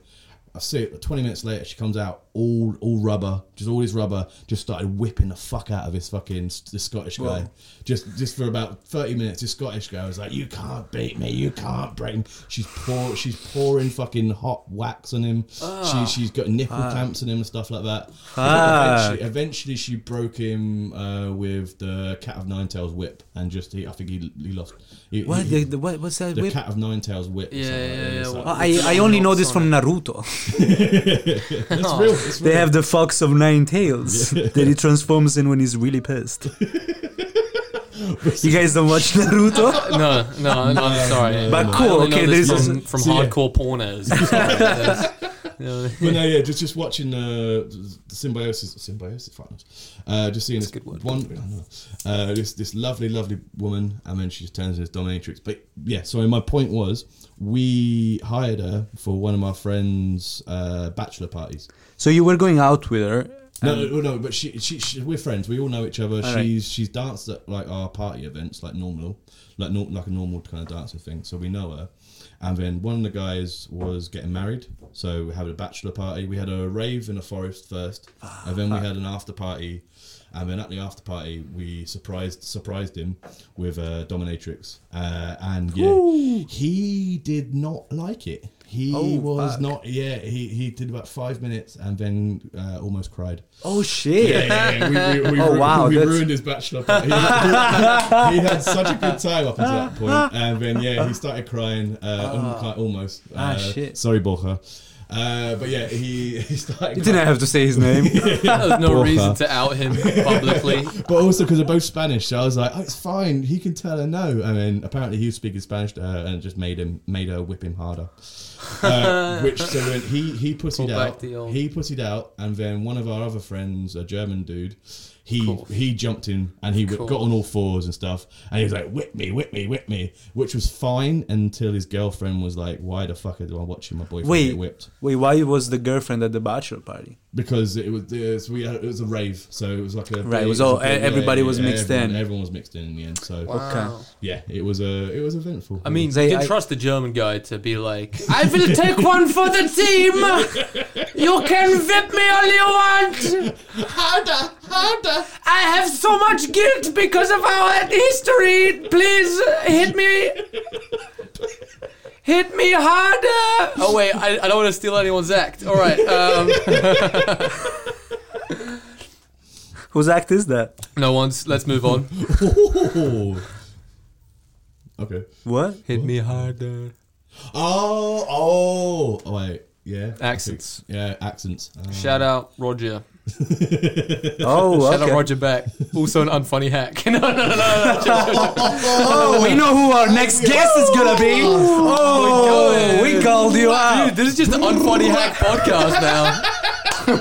S5: I see it. Twenty minutes later, she comes out all all rubber, just all this rubber, just started whipping the fuck out of this fucking s- this Scottish guy. Just just for about thirty minutes, this Scottish guy was like, "You can't beat me, you can't break me." She's pour, she's pouring fucking hot wax on him.
S4: Ah.
S5: she she's got nipple clamps on him and stuff like that.
S4: Ah.
S5: Eventually, eventually, she broke him uh, with the cat of nine tails whip, and just he, I think he he lost. He,
S2: What,
S5: he-
S2: the, the, what what's that?
S5: the
S2: Whip?
S5: cat of nine tails whip. or
S4: Yeah,
S5: something
S4: yeah,
S5: like that.
S4: yeah,
S5: It's
S4: well-
S5: like-
S2: I, I only know this from Naruto.
S5: It's real. It's real.
S2: They have the fox of nine tails that he transforms in when he's really pissed. you guys don't watch Naruto?
S4: no, no, no, I'm sorry.
S2: But
S4: I
S2: cool,
S4: only know
S2: okay,
S4: this
S2: there's-
S4: from, from
S5: so yeah.
S4: hardcore pornos. I'm sorry, there's-
S5: but no, yeah, just just watching uh, the symbiosis, symbiosis finals. Uh, just seeing this
S4: good word.
S5: one, I know. uh, this this lovely, lovely woman, and then she just turns into this dominatrix. But yeah, so my point was, we hired her for one of my friends' uh, bachelor parties.
S2: so you were going out with her.
S5: No, no, no, but she, she, she, we're friends. We all know each other. she's
S2: right.
S5: she's danced at like our party events, like normal, like nor- like a normal kind of dancing thing. So we know her. And then one of the guys was getting married, so we had a bachelor party. We had a rave in a forest first, and then we had an after party. And then at the after party, we surprised surprised him with a dominatrix, uh, and yeah, he did not like it. He was not. Yeah, he, he did about five minutes and then uh, almost cried.
S2: Oh shit!
S5: Yeah, yeah, yeah. We, we, we,
S2: Oh,
S5: ru-
S2: wow,
S5: we
S2: that's-
S5: ruined his bachelor party. He, had- he had such a good time up until that point, and then yeah, he started crying. Uh, almo- like, almost. Uh,
S2: Ah, shit.
S5: Sorry, Borja. Uh, but yeah, he, he started.
S2: You didn't
S5: crying.
S2: have to say his name.
S4: there's no
S5: Porfa.
S4: reason to out him publicly.
S5: But also because they're both Spanish, so I was like, oh, it's fine. He can tell her no. I mean, apparently he was speaking Spanish to her, and it just made him made her whip him harder. Uh, which so then he he
S4: Pull
S5: pussied
S4: back
S5: out.
S4: the old-
S5: He pussied out, and then one of our other friends, a German dude, he he jumped in and he whipped- got on all fours and stuff, and he was like, whip me, whip me, whip me, which was fine until his girlfriend was like, why the fuck am I watching my boyfriend
S2: Wait,
S5: get whipped?
S2: wait. Why was the girlfriend at the bachelor party?
S5: because it was uh, so we had, it was a rave, so it was like a
S2: Right, it
S5: big-
S2: was all-
S5: a big-
S2: everybody was mixed
S5: everyone,
S2: in.
S5: Everyone was mixed in in the end. So
S2: Okay.
S5: yeah, it was a it was eventful.
S4: I mean,
S2: They-
S4: you can
S2: I-
S4: trust the German guy to be like, I will take one for the team. You can whip me all you want.
S5: harder, harder.
S4: I have so much guilt because of our history. Please hit me. Hit me harder. Oh, wait, I, I don't want to steal anyone's act. All right. Um,
S2: Whose act is that?
S4: no one's. Let's move on.
S5: Okay.
S2: What?
S4: Hit me harder.
S5: Oh, oh, oh wait, yeah.
S4: Accents.
S5: Yeah, accents. Uh,
S4: Shout out Roger.
S2: Oh,
S4: Shout out
S2: okay.
S4: Roger Beck, also an unfunny hack. no, no, no, no.
S2: Oh, we know who our next guest is gonna be. Oh, we called you
S4: Dude,
S2: out.
S4: this is just an unfunny hack podcast now.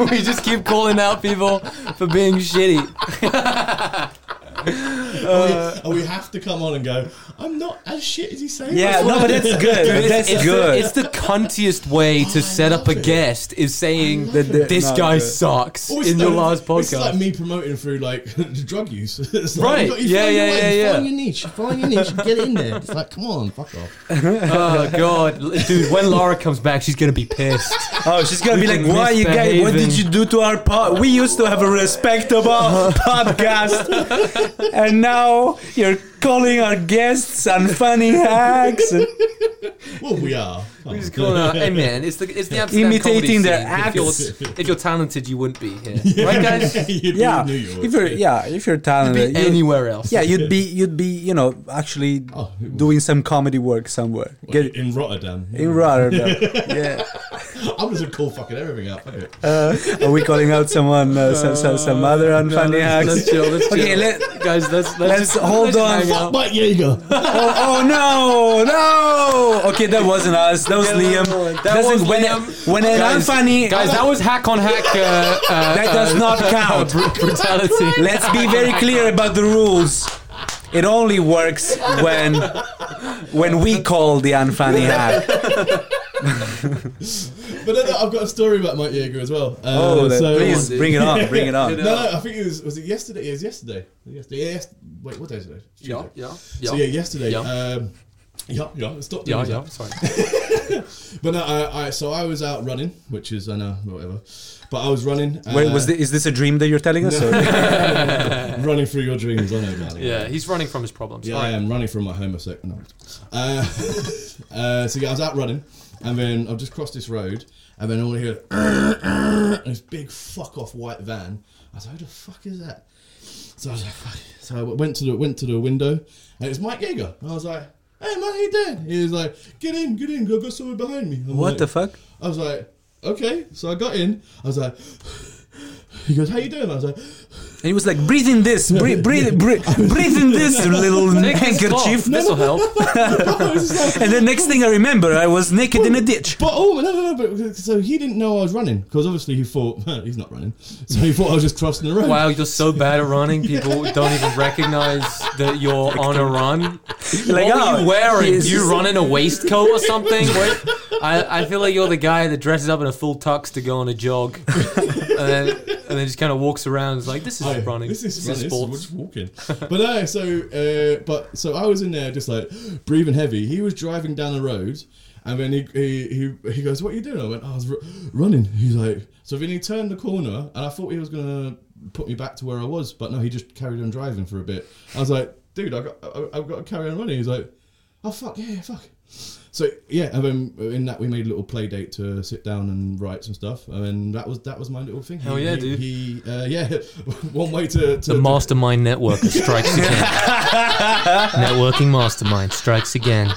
S4: we just keep calling out people for being shitty.
S5: and Oh, we have to come on and go. I'm not as shit as he says.
S2: Yeah, no, but that's good. That's
S4: it's The,
S2: good.
S4: it's the cuntiest way to set up a guest is saying
S2: That they're
S4: this
S2: not
S4: guy
S2: good."
S4: sucks
S5: Or it's
S4: in your
S5: like-
S4: last
S5: It's like
S4: podcast.
S5: me promoting through like drug use. It's like,
S4: Right.
S5: you got- you
S4: Yeah,
S5: find your
S4: yeah,
S5: way,
S4: yeah,
S5: you
S4: yeah.
S5: Find your niche. you Find your niche. Get in there. It's like, come on, fuck off.
S4: oh god, dude, when Laura comes back, she's gonna be pissed.
S2: Oh, she's gonna be
S4: We've
S2: like,
S4: been
S2: "Why you guys? What did
S4: misbehaving."
S2: you do to our pod? We used to have a respectable podcast, and now you're calling our guests unfunny hacks, and
S5: Well, we are.
S4: We're just calling out, hey man, it's the it's the Amsterdam comedy
S2: imitating their
S4: scene. If you're,
S2: acts.
S4: if you're talented, you wouldn't be here, right, guys?
S5: You'd be
S2: Yeah,
S5: in New York.
S2: if you're yeah, if you're talented, you-
S4: Anywhere else?
S2: yeah, you'd be you'd be you know actually
S5: Oh, it would.
S2: doing some comedy work somewhere. Get
S5: in Rotterdam.
S2: in Rotterdam. yeah.
S5: I'm just gonna call fucking everything up. fuck it.
S2: Uh, are we calling out someone uh, some, some some other unfunny
S4: let's, let's
S2: hacks?
S4: chill. Let's
S2: Okay,
S4: chill.
S2: let-
S4: guys, let's let's,
S2: let's
S4: just-
S2: hold
S4: let's
S2: on.
S4: hang
S5: Fuck
S4: out.
S5: Mike Yeager.
S2: Oh, oh no, no! Okay, that wasn't us. That was Liam. That doesn't
S4: was
S2: when
S4: Liam.
S2: when an
S4: Guys,
S2: unfunny
S4: guys, that was hack on hack. Uh, uh,
S2: that does
S4: uh,
S2: not count.
S4: brutality.
S2: Let's be very clear about the rules. It only works when when we call the unfunny hack.
S5: But no, no, I've got a story about Mike Yeager as well. Uh,
S2: Oh, then
S5: so
S2: please bring it on, bring it
S5: No,
S2: on.
S5: no, I think it was was it yesterday? It was yesterday. Yesterday. Yeah, yes, wait, what day is it? Tuesday.
S4: Yeah, yeah,
S5: So yeah,
S4: yeah.
S5: yesterday.
S4: Yeah.
S5: Um, yeah, yeah. Stop doing
S4: Yeah,
S5: that.
S4: yeah, sorry.
S5: But no, I, I, so I was out running, which is I know whatever. But I was running. Uh,
S2: Wait, was thi- is this a dream that you're telling us? or-
S5: running through your dreams? I know, darling.
S4: Yeah, he's running from his problems.
S5: Yeah,
S4: All
S5: I
S4: right.
S5: am running from my homosexual. No. Uh, uh, so yeah, I was out running, and then I've just crossed this road, and then all I hear and this big fuck off white van. I was like, "Who the fuck is that?" So I was like, "Fuck." it." So I went to the went to the window, and it's Mike Yeager. I was like, "Hey, man, how you doing?" He was like, "Get in, get in, go, go somewhere behind me." I'm
S2: What
S5: like-
S2: the fuck?
S5: I was like, "Okay." So I got in. I was like. He goes, "How you doing?" I was like,
S2: And he was like, breathe in this, breathe, breathe, breathe, breathe in this little handkerchief.
S4: This will help.
S5: I was just like
S2: And the next thing I remember, I was naked in a ditch.
S5: But oh no no no! But so he didn't know I was running because obviously he thought he's not running, so he thought I was just crossing the road.
S4: Wow, you're so bad at running. People don't even recognize that you're on a run.
S2: Like,
S4: what were
S2: oh,
S4: you wearing?
S2: he's-
S4: You run in a waistcoat or something? What- I, I feel like you're the guy that dresses up in a full tux to go on a jog, and then, and then just kind of walks around. and is like, this is
S5: Oh,
S4: running.
S5: This is, running,
S4: sports.
S5: This is walking. but no, so uh, but so I was in there just like breathing heavy. He was driving down the road, and then he he he, he goes, "What are you doing?" I went, "Oh, "I was r- running." He's like, so then he turned the corner, and I thought he was gonna put me back to where I was, but no, he just carried on driving for a bit. I was like, "Dude, I got I- I've got to carry on running." He's like, "Oh fuck yeah, fuck." So yeah, and then in that we made a little play date to sit down and write some stuff, and then that was that was my little thing.
S4: Hell
S5: He-
S4: yeah,
S5: he-
S4: dude.
S5: He uh, yeah, one way to, to
S4: The mastermind networker strikes again. Networking mastermind strikes again.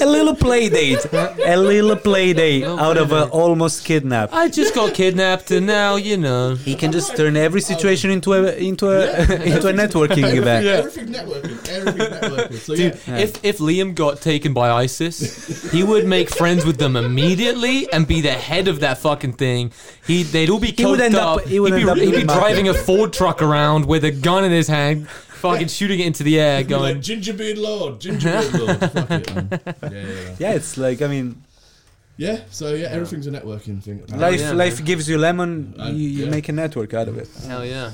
S2: A little play date. A little play date out of a almost kidnap.
S4: I just got kidnapped and now, you know.
S2: He can just turn every situation into a into a into a networking event.
S5: Everything networking, everything networking. So yeah,
S4: If, if Liam got taken by ISIS, he would make friends with them immediately and be the head of that fucking thing. He they'd all be coked
S2: would end up-
S4: up.
S2: he would
S4: would be,
S2: end up in
S4: he'd
S2: the
S4: be
S2: market.
S4: driving a Ford truck around with a gun in his hand, fucking shooting it into the air,
S5: like
S4: going.
S5: gingerbeard lord, gingerbeard lord. Fuck it, man. Yeah, yeah,
S2: Yeah, it's like I mean,
S5: yeah. Yeah, So yeah, everything's a networking thing.
S2: life
S4: yeah,
S2: life gives you lemon,
S5: Oh, Uh,
S2: you, you
S5: yeah.
S2: make a network out of it.
S4: Hell yeah.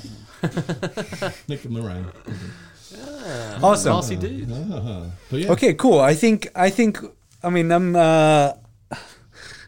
S5: Nick and Moran.
S2: Awesome.
S4: Classy dude.
S5: Uh-huh. But yeah,
S2: Okay, cool. I think I think I mean I'm. Uh,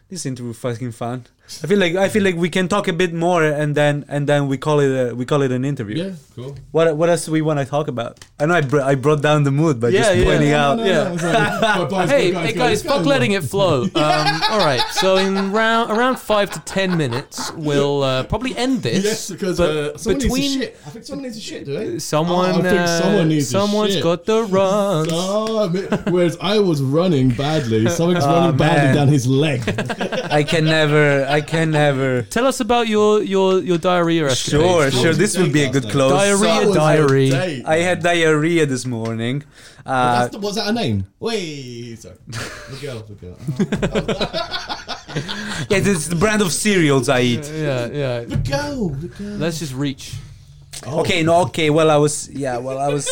S2: this interview fucking fun. I feel like I feel like we can talk a bit more, and then and then we call it a, we call it an interview.
S5: Yeah, cool.
S2: What what else do we want to talk about? I know I, br- I brought down the mood by
S4: Yeah,
S2: just
S4: yeah.
S2: pointing out.
S5: No, no, no, it's like- Bye,
S4: Hey,
S5: guys,
S4: hey guys, fuck letting it flow. Um, all right, so in round around five to ten minutes, we'll uh, probably end this.
S5: Yes, because
S4: but
S5: uh, someone needs
S4: between
S5: to shit. I think someone needs to shit, do they?
S4: someone,
S5: Oh, I think someone needs to
S4: has
S5: shit.
S4: got the runs.
S5: Oh, I mean, whereas I was running badly, someone's
S4: Oh,
S5: running
S2: man.
S5: badly down his leg.
S2: I can never. I can never.
S4: Tell us about your your your diarrhea. escapades.
S2: Sure, sure. This would be a good close.
S5: That
S4: Diarrhea,
S5: was
S4: diary.
S5: a day.
S2: I had diarrhea this morning. Uh,
S5: That's the- was that her name? Wait, sorry. The girl, the girl. Oh,
S2: yeah, it's the brand of cereals I eat.
S4: Yeah, yeah.
S5: the girl, the girl.
S4: Let's just reach.
S2: Okay, no, okay. Well, I was yeah. Well, I was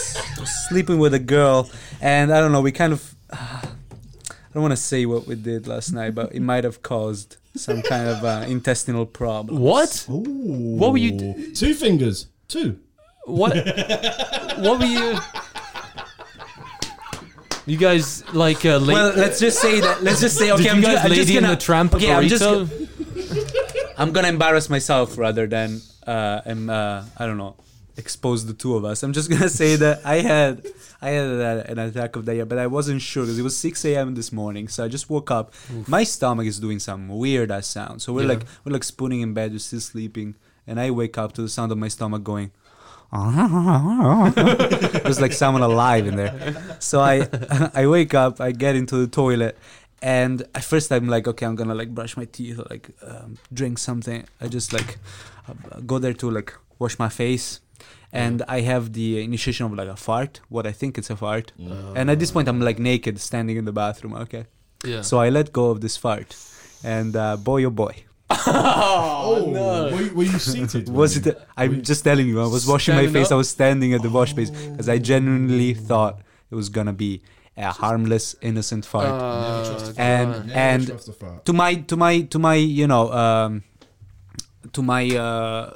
S2: sleeping with a girl, and I don't know. We kind of. uh, I don't want to say what we did last night, but it might have caused some kind of uh, intestinal problem.
S4: What?
S5: Ooh.
S4: What were you d-
S5: Two fingers. Two.
S4: What? what were you? You guys like uh, late?
S2: Well, let's just say that. Let's just say okay.
S4: did
S2: I'm
S4: you
S2: ju-
S4: guys
S2: I'm
S4: lady
S2: just gonna,
S4: in the tramp
S2: okay, I'm just.
S4: burrito?
S2: I'm gonna embarrass myself rather than uh, um, uh, I don't know expose the two of us. I'm just gonna say that I had I had a- an attack of diarrhea, but I wasn't sure because it was 6 a.m. this morning. So I just woke up. My stomach is doing some weird ass sound. So we're like we're like spooning in bed, we're still sleeping, and I wake up to the sound of my stomach going. There's like someone alive in there. So I I wake up, I get into the toilet, and at first I'm like, okay, I'm gonna like brush my teeth, or like um, drink something. I just like uh, go there to like wash my face, and I have the initiation of like a fart, what I think it's a fart. And at this point, I'm like naked, standing in the bathroom. Okay,
S6: Yeah.
S2: so I let go of this fart, and uh, boy oh boy,
S5: Oh, no. Were you, were you seated?
S2: was
S5: Were
S2: it? I'm just telling you, I was washing my
S4: Standing
S2: face. I
S4: up?
S2: was standing at the wash place because I genuinely thought it was gonna be a harmless, innocent fart. and
S5: you?
S2: and
S5: Never trust a fart.
S2: to my to my to my you know um, to my uh,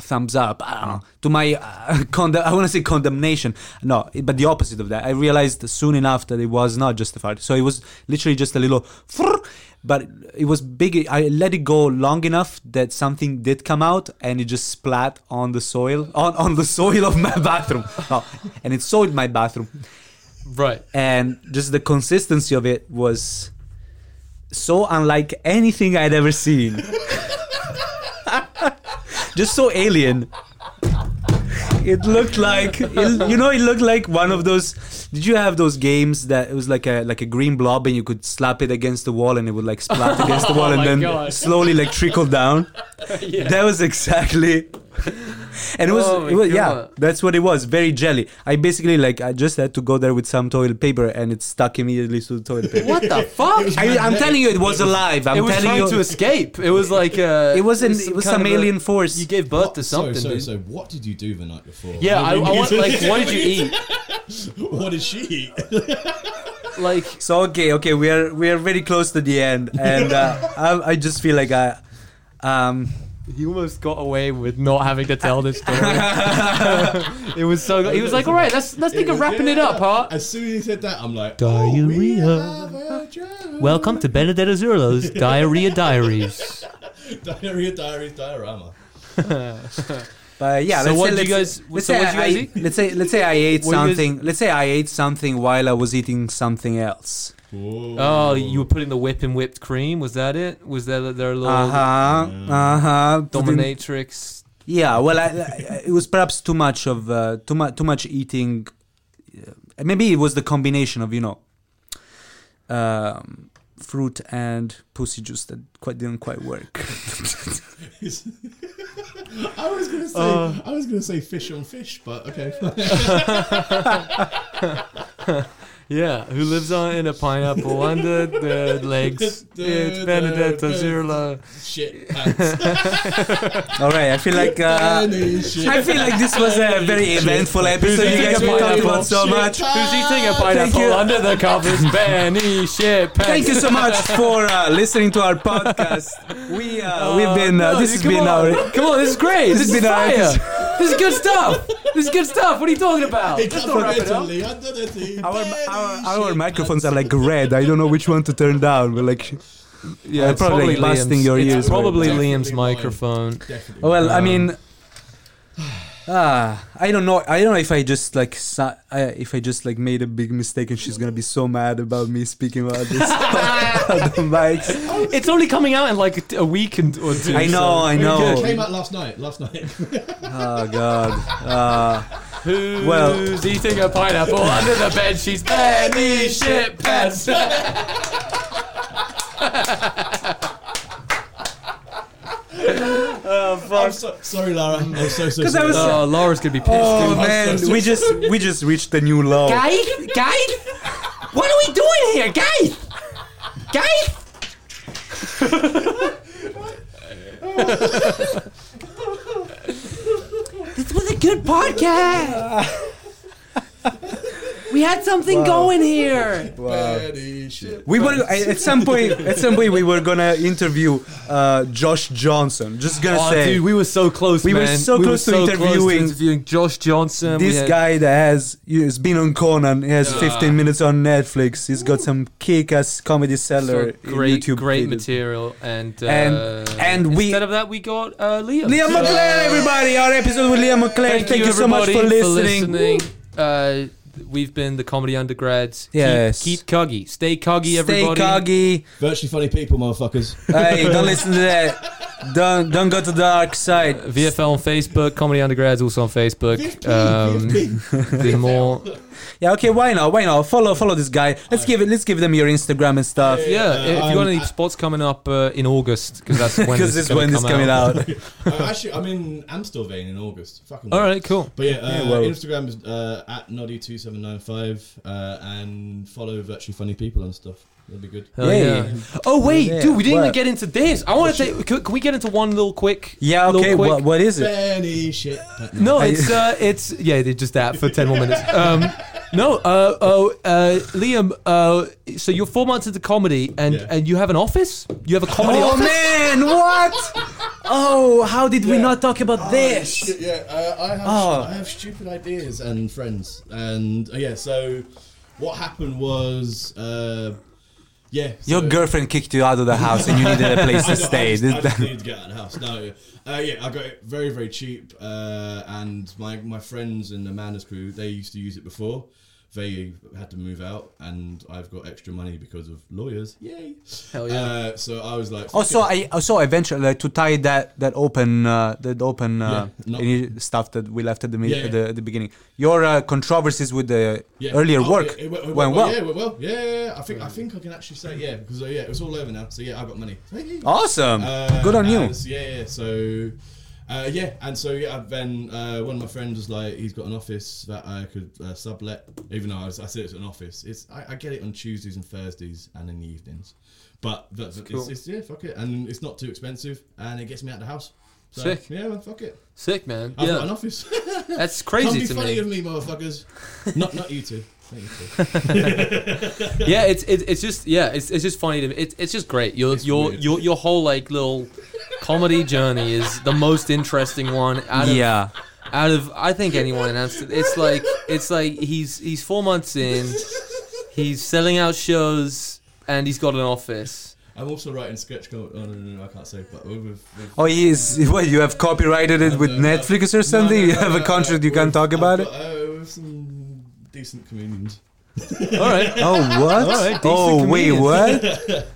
S2: thumbs up I don't know to my uh, condem- I want to say condemnation no but the opposite of that I realized soon enough that it was not justified so it was literally just a little frrr, but it was big I let it go long enough that something did come out and it just splat on the soil on, on the soil of my bathroom no, and it soiled my bathroom
S4: right.
S2: and just the consistency of it was so unlike anything I'd ever seen. just so alien. It looked like it- you know. It looked like one of those. Did you have those games that it was like a like a green blob and you could slap it against the wall and it would like splat against the wall and
S4: Oh my
S2: then
S4: God.
S2: slowly like trickle down? That was exactly. And it was,
S4: Oh my
S2: it was yeah,
S4: God.
S2: that's what it was. Very jelly. I basically like I just had to go there with some toilet paper and it stuck immediately to the toilet paper.
S4: What the fuck?
S2: I, I'm telling you, it was alive. I'm
S4: it was
S2: telling
S4: trying
S2: you,
S4: to escape. It was like uh,
S2: it was not it
S4: some
S2: was
S4: kind
S2: some
S4: of a-
S2: alien Oh, force.
S4: You gave birth to
S5: So,
S4: something,
S5: so,
S4: dude.
S5: so, what did you do the night before?
S4: Yeah, I, I want like, what did you eat?
S5: what did she eat?
S4: Like,
S2: so okay, okay, we are we are very close to the end, and uh, I, I just feel like I, um,
S4: you almost got away with not having to tell this story. it was so. good. He was like, all right, let's let's think of wrapping it up, huh?
S5: As soon as he said that, I'm like, "Oh, diarrhea.
S4: Welcome to Benedetto Zurlo's Diarrhea Diaries.
S5: diarrhea, diaries, diorama.
S2: but yeah.
S4: So
S2: let's
S4: what
S2: say,
S4: did you
S2: let's-
S4: guys-
S2: Let's
S4: so
S2: say
S4: what did you
S2: I,
S4: guys
S2: I-
S4: eat?
S2: let's say let's say I ate
S4: What did you guys-
S2: something. Let's say I ate something while I was eating something else.
S5: Whoa.
S4: Oh, you were putting the whip in whipped cream. Was that it? Was that their little
S2: Uh huh. Uh huh.
S4: dominatrix?
S2: Yeah, well, I, I, it was perhaps too much of uh, too much too much eating. Uh, maybe it was the combination of you know, um, fruit and pussy juice that quite didn't quite work.
S5: I was gonna say,
S4: Uh.
S5: I was gonna say fish on fish, but okay.
S4: Yeah, who lives on in a pineapple under the legs? It's Benedetto Zurlo.
S5: shit pants.
S2: All right, I feel like uh,
S5: Funny shit.
S2: I feel like this was a very eventful episode. You guys we talked about so much.
S4: Who's eating a
S2: you.
S4: pineapple under the covers? Benny shit.
S2: Thank you so much for uh, listening to our podcast. We uh, we've been uh,
S4: No,
S2: this
S4: dude,
S2: has
S4: Oh, come
S2: been
S4: on.
S2: our
S4: Come on, this is great. This,
S2: has
S4: is
S2: been our
S4: fire.
S2: episode.
S4: this is good stuff. This is good stuff. What are you talking about?
S5: They
S4: Let's
S5: come
S4: not
S5: from
S4: wrap it up.
S5: Italy under the sea.
S2: Our,
S5: Benny
S2: our, our
S5: shit
S2: microphones are like red. I don't know which one to turn down. We're like, Yeah,
S4: it's
S2: probably, like, busting
S4: Liam's.
S2: your
S4: It's
S2: ears.
S4: probably
S5: Definitely
S4: Liam's
S5: mine.
S4: microphone.
S5: Definitely.
S2: Well, I mean, Um, ah, I don't know. I don't know if I just like sa- I, if I just like made a big mistake and she's gonna be so mad about me speaking about this on the mics.
S4: It's only coming out in like a, a week and, or two.
S2: I know, I
S5: It came
S2: know.
S5: out last night. Last night.
S2: Oh God. Uh,
S4: Who's
S2: Well-
S4: eating a pineapple under the bed? She's penny shit pants.
S5: I'm so, sorry, Lara. I'm so so sorry.
S2: 'Cause I was-
S4: Oh, Laura's gonna be pissed.
S2: oh
S4: dude.
S2: man, we just we just reached a new low.
S4: Guy, guy, what are we doing here, guy? Guy.
S7: This was a good podcast. we had something going here.
S5: Petty shit.
S2: We were I- at some point. At some point, we were gonna interview uh, Josh Johnson. Just gonna
S4: Oh,
S2: say
S4: dude, we were so close.
S2: We were
S4: man.
S2: so close to interviewing
S4: interviewing Josh Johnson.
S2: this guy that has has been on Conan, he has 15 minutes on Netflix. He's got some kick-ass comedy seller in
S4: great,
S2: YouTube.
S4: great
S2: videos.
S4: material, and uh,
S2: And- and we-
S4: instead of that we got uh, Liam.
S2: Liam McClare, everybody! Our episode with Liam McClare. Thank, you, so much for
S4: everybody,
S2: listening.
S4: listening. Uh, we've been the comedy undergrads.
S2: Yes.
S4: keep, keep cuggy, stay cuggy,
S2: Stay
S4: everybody.
S2: coggy.
S5: Virtually funny people, motherfuckers.
S2: hey, don't listen to that. Don't don't go to the dark side.
S4: VFL on Facebook, comedy undergrads also on Facebook. Um, there's more.
S2: Yeah, okay, why not? Why not? Follow follow this guy. Let's give it. Let's give them your Instagram and stuff.
S4: Yeah, if you
S5: I'm-
S4: got any spots coming up uh, in August, because that's when
S2: Because
S4: this
S2: this
S4: is
S2: is when
S4: gonna
S2: this
S4: come
S2: coming out.
S5: Uh, actually, I'm in Amstelveen in August. Fucking.
S4: All right, cool.
S5: But yeah, uh,
S2: Yeah, well-
S5: Instagram is uh, at noddy2795 uh, and follow virtually funny people and stuff. That'd be good.
S4: Hell
S2: Yeah.
S4: yeah. Oh wait,
S2: Yeah.
S4: dude, we didn't even
S2: What?
S4: get into this. I want to take. Can, can we get into one little quick?
S2: Yeah,
S4: little
S2: okay.
S4: quick-
S2: What, what is it?
S5: Benny shit.
S4: No, it's uh, it's yeah, they just that for ten more minutes. Um, no, uh, oh, uh, Liam. Uh, so you're four months into comedy, and
S5: Yeah.
S4: and you have an office. You have a comedy
S2: Oh
S4: office.
S2: man, what? Oh, how did we not talk about
S5: Oh,
S2: this?
S5: Yeah, uh, I, have,
S2: Oh.
S5: I have stupid ideas and friends. And uh, yeah, so what happened was. Uh, yeah.
S2: Your
S5: so-
S2: girlfriend kicked you out of the house and you needed a place
S5: I
S2: to
S5: know,
S2: stay.
S5: I just, I just need to get out of the house. No, uh, yeah, I got it very, very cheap. Uh, and my, my friends and Amanda's crew, they used to use it before. They had to move out, and I've got extra money because of lawyers. Yay! Hell yeah! Uh, so I was like,
S2: Also,
S5: "Fuck it."
S2: I also eventually like, to tie that that open uh, that open uh,
S5: Yeah, no.
S2: any stuff that we left at the, me-
S5: Yeah, yeah.
S2: At, the at the beginning. Your uh, controversies with the
S5: Yeah.
S2: earlier
S5: Oh,
S2: work
S5: yeah, it went- it
S2: went well. Mm.
S5: Yeah, it went well. Yeah, yeah, yeah. I think I think I can actually say yeah because uh, yeah, it was all over now. So yeah, I got money. Yay.
S2: Awesome,
S5: Uh,
S2: Oh, good on you.
S5: and so- yeah, yeah. So, uh, yeah, and so yeah. I've Then uh, one of my friends was like, he's got an office that I could uh, sublet. Even though I, was, I said it's an office, it's I, I get it on Tuesdays and Thursdays and in the evenings. But that's, it's, it's yeah, fuck it, and it's not too expensive, and it gets me out of the house. So,
S4: Sick.
S5: Yeah, well, fuck it.
S4: Sick man.
S5: I've got an
S4: yeah,
S5: office.
S4: that's
S5: Come be
S4: crazy to
S5: funny
S4: me.
S5: with me, motherfuckers. not not you two. Not you two.
S4: yeah, it's it's it's just yeah, it's it's just funny to me. It's it's just great. Your your
S5: weird.
S4: your your whole like little comedy journey is the most interesting one out of
S2: yeah,
S4: out of I think anyone in Amsterdam. It's like it's like he's he's four months in, he's selling out shows, and he's got an office.
S5: I'm also writing sketch code. Oh no, no, no, I can't say. But with, with,
S2: oh, he is. What you have copyrighted it with
S5: Uh, No, no,
S2: Netflix
S5: no,
S2: or something?
S5: no,
S2: you
S5: no,
S2: have
S5: no,
S2: a
S5: no,
S2: contract. you
S5: no,
S2: can't
S5: with-
S2: talk about
S5: I've
S2: it.
S5: got, Uh, with some decent comedians.
S4: All right,
S2: Oh what?
S4: Alright, decent
S2: oh wait,
S4: comedian.
S2: what?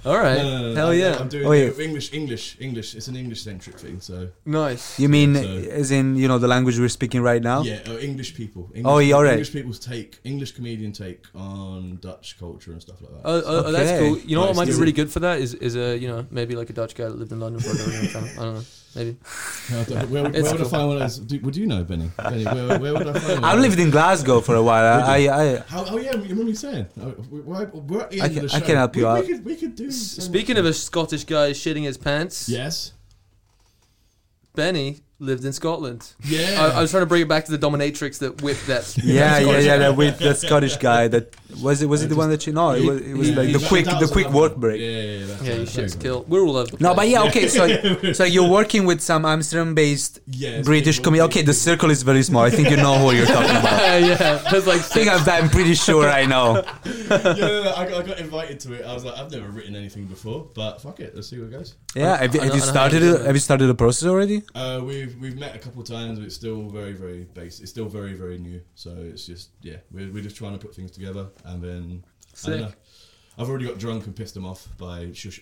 S4: all right, hell
S5: Uh, I'm,
S4: yeah,
S5: I'm doing
S2: Oh, yeah.
S5: it with English, English, English. It's an English centric thing. So
S4: nice.
S2: You mean
S5: So-
S2: as in you know the language we're speaking right now?
S5: yeah, oh, English people. English,
S2: Oh, yeah, all right.
S5: English people's take, English comedian take on Dutch culture and stuff like that.
S4: Oh, oh, oh, that's
S2: Okay.
S4: cool. You know what
S5: Nice,
S4: might be
S5: dude.
S4: really good for that is is a you know maybe like a Dutch guy that lived in London for a very long time. I don't know, maybe.
S5: I don't- where where
S4: It's
S5: would I
S4: cool.
S5: find one of those? Do, would you know, Benny? Benny where, where would I find one?
S2: I lived in Glasgow for a while. I, I, I
S5: How, oh yeah, you remember me saying? Oh, we- We're, we're at the
S2: I
S5: end
S2: can-
S5: of the
S2: I
S5: show.
S2: can help you
S5: we,
S2: out.
S5: We could, we could do. so much.
S4: Speaking of a Scottish guy shitting his pants,
S5: yes,
S4: Benny lived in Scotland.
S5: yeah.
S4: I, I was trying to bring it back to the dominatrix that whipped that.
S2: yeah, yeah,
S5: Scottish
S2: yeah.
S5: guy.
S2: That with the Scottish guy that was it. Was it the one that you know? It was, it was
S5: Yeah,
S2: like
S5: yeah,
S2: the
S5: that-
S2: quick,
S5: that
S2: the
S5: was
S2: quick
S5: another
S2: work
S5: one.
S2: break.
S5: Yeah, yeah, yeah. that's-
S4: Yeah, you
S5: that's
S4: shit's
S5: very
S4: killed. We're all over the place.
S2: No, but yeah, okay. So, so you're working with some Amsterdam-based
S5: Yes,
S2: British
S5: people.
S2: comedian. Okay, the circle is very small. I think you know who you're talking about.
S4: yeah, yeah. There's like
S2: I think I'm, I'm pretty sure I know.
S5: yeah, no, no, I, got, I got invited to it. I was like, I've never written anything before, but fuck it, let's see what goes.
S2: Yeah, have, you-
S4: I
S2: have
S4: know-
S2: you
S4: I know how
S2: started?
S4: to do
S2: it-
S4: that.
S2: Have you started the process already?
S5: Uh, we've we've met a couple times, but it's still very very base. It's still very very new. So it's just yeah, we're we're just trying to put things together, and then I
S4: Sick.
S5: don't know. I've already got drunk and pissed him off by shush.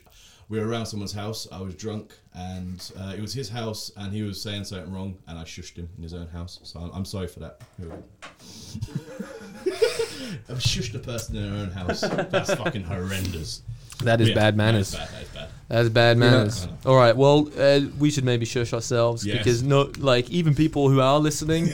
S5: We were around someone's house. I was drunk, and uh, it was his house, and he was saying something wrong, and I shushed him in his own house. So I'm, I'm sorry for that. I've shushed a person in their own house. That's fucking horrendous.
S4: that is
S5: Yeah,
S4: bad manners.
S5: That is bad. That is bad.
S4: That's bad manners.
S5: Yeah.
S4: All right. Well, uh, we should maybe shush ourselves
S5: Yes.
S4: because no, like even people who are listening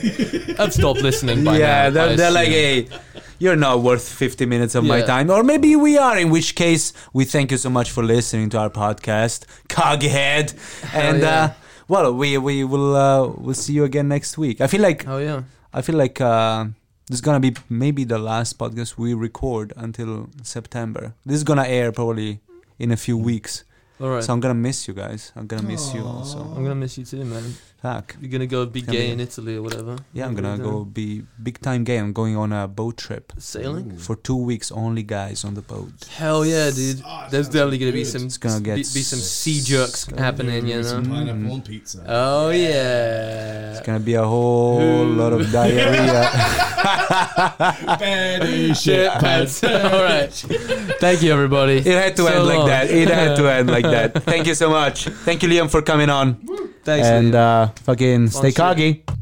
S4: have stopped listening by
S2: yeah,
S4: now. I
S2: they're, they're like,
S4: assume.
S2: hey, you're not worth 50 minutes of my
S4: Yeah.
S2: time. Or maybe we are, in which case, we thank you so much for listening to our podcast, Coghead. And,
S4: yeah.
S2: uh, well, we, we will uh, we'll see you again next week. I feel like
S4: Oh yeah.
S2: I feel like uh, this is gonna be maybe the last podcast we record until September. This is gonna air probably in a few weeks,
S4: All right.
S2: so I'm gonna miss you guys. I'm gonna miss you also.
S4: I'm gonna miss you too, man.
S2: Fuck.
S4: You're gonna go be
S2: Can
S4: gay
S2: we-
S4: in Italy or whatever. uh,
S2: Yeah, I'm
S4: What are
S2: gonna
S4: you
S2: go
S4: doing?
S2: be big time gay. I'm going on a boat trip
S4: sailing.
S2: for two weeks. Only guys on the boat.
S4: Hell yeah, dude.
S5: Oh,
S4: There's
S5: sounds
S4: definitely gonna be
S5: good.
S4: some
S2: It's gonna
S4: be,
S2: get
S4: be some sea jerks happening, you
S5: Some
S4: know.
S5: pineapple on pizza.
S4: Oh yeah.
S2: It's gonna be a whole lot of diarrhea.
S5: Betty
S4: Shit pants. All right. Thank you, everybody.
S2: It had to
S4: So
S2: end like
S4: long.
S2: that. It had to end like that. Thank you so much. Thank you, Liam, for coming on.
S4: Thanks.
S2: And
S4: Liam.
S2: uh, fucking stay
S4: shit.
S2: coggy.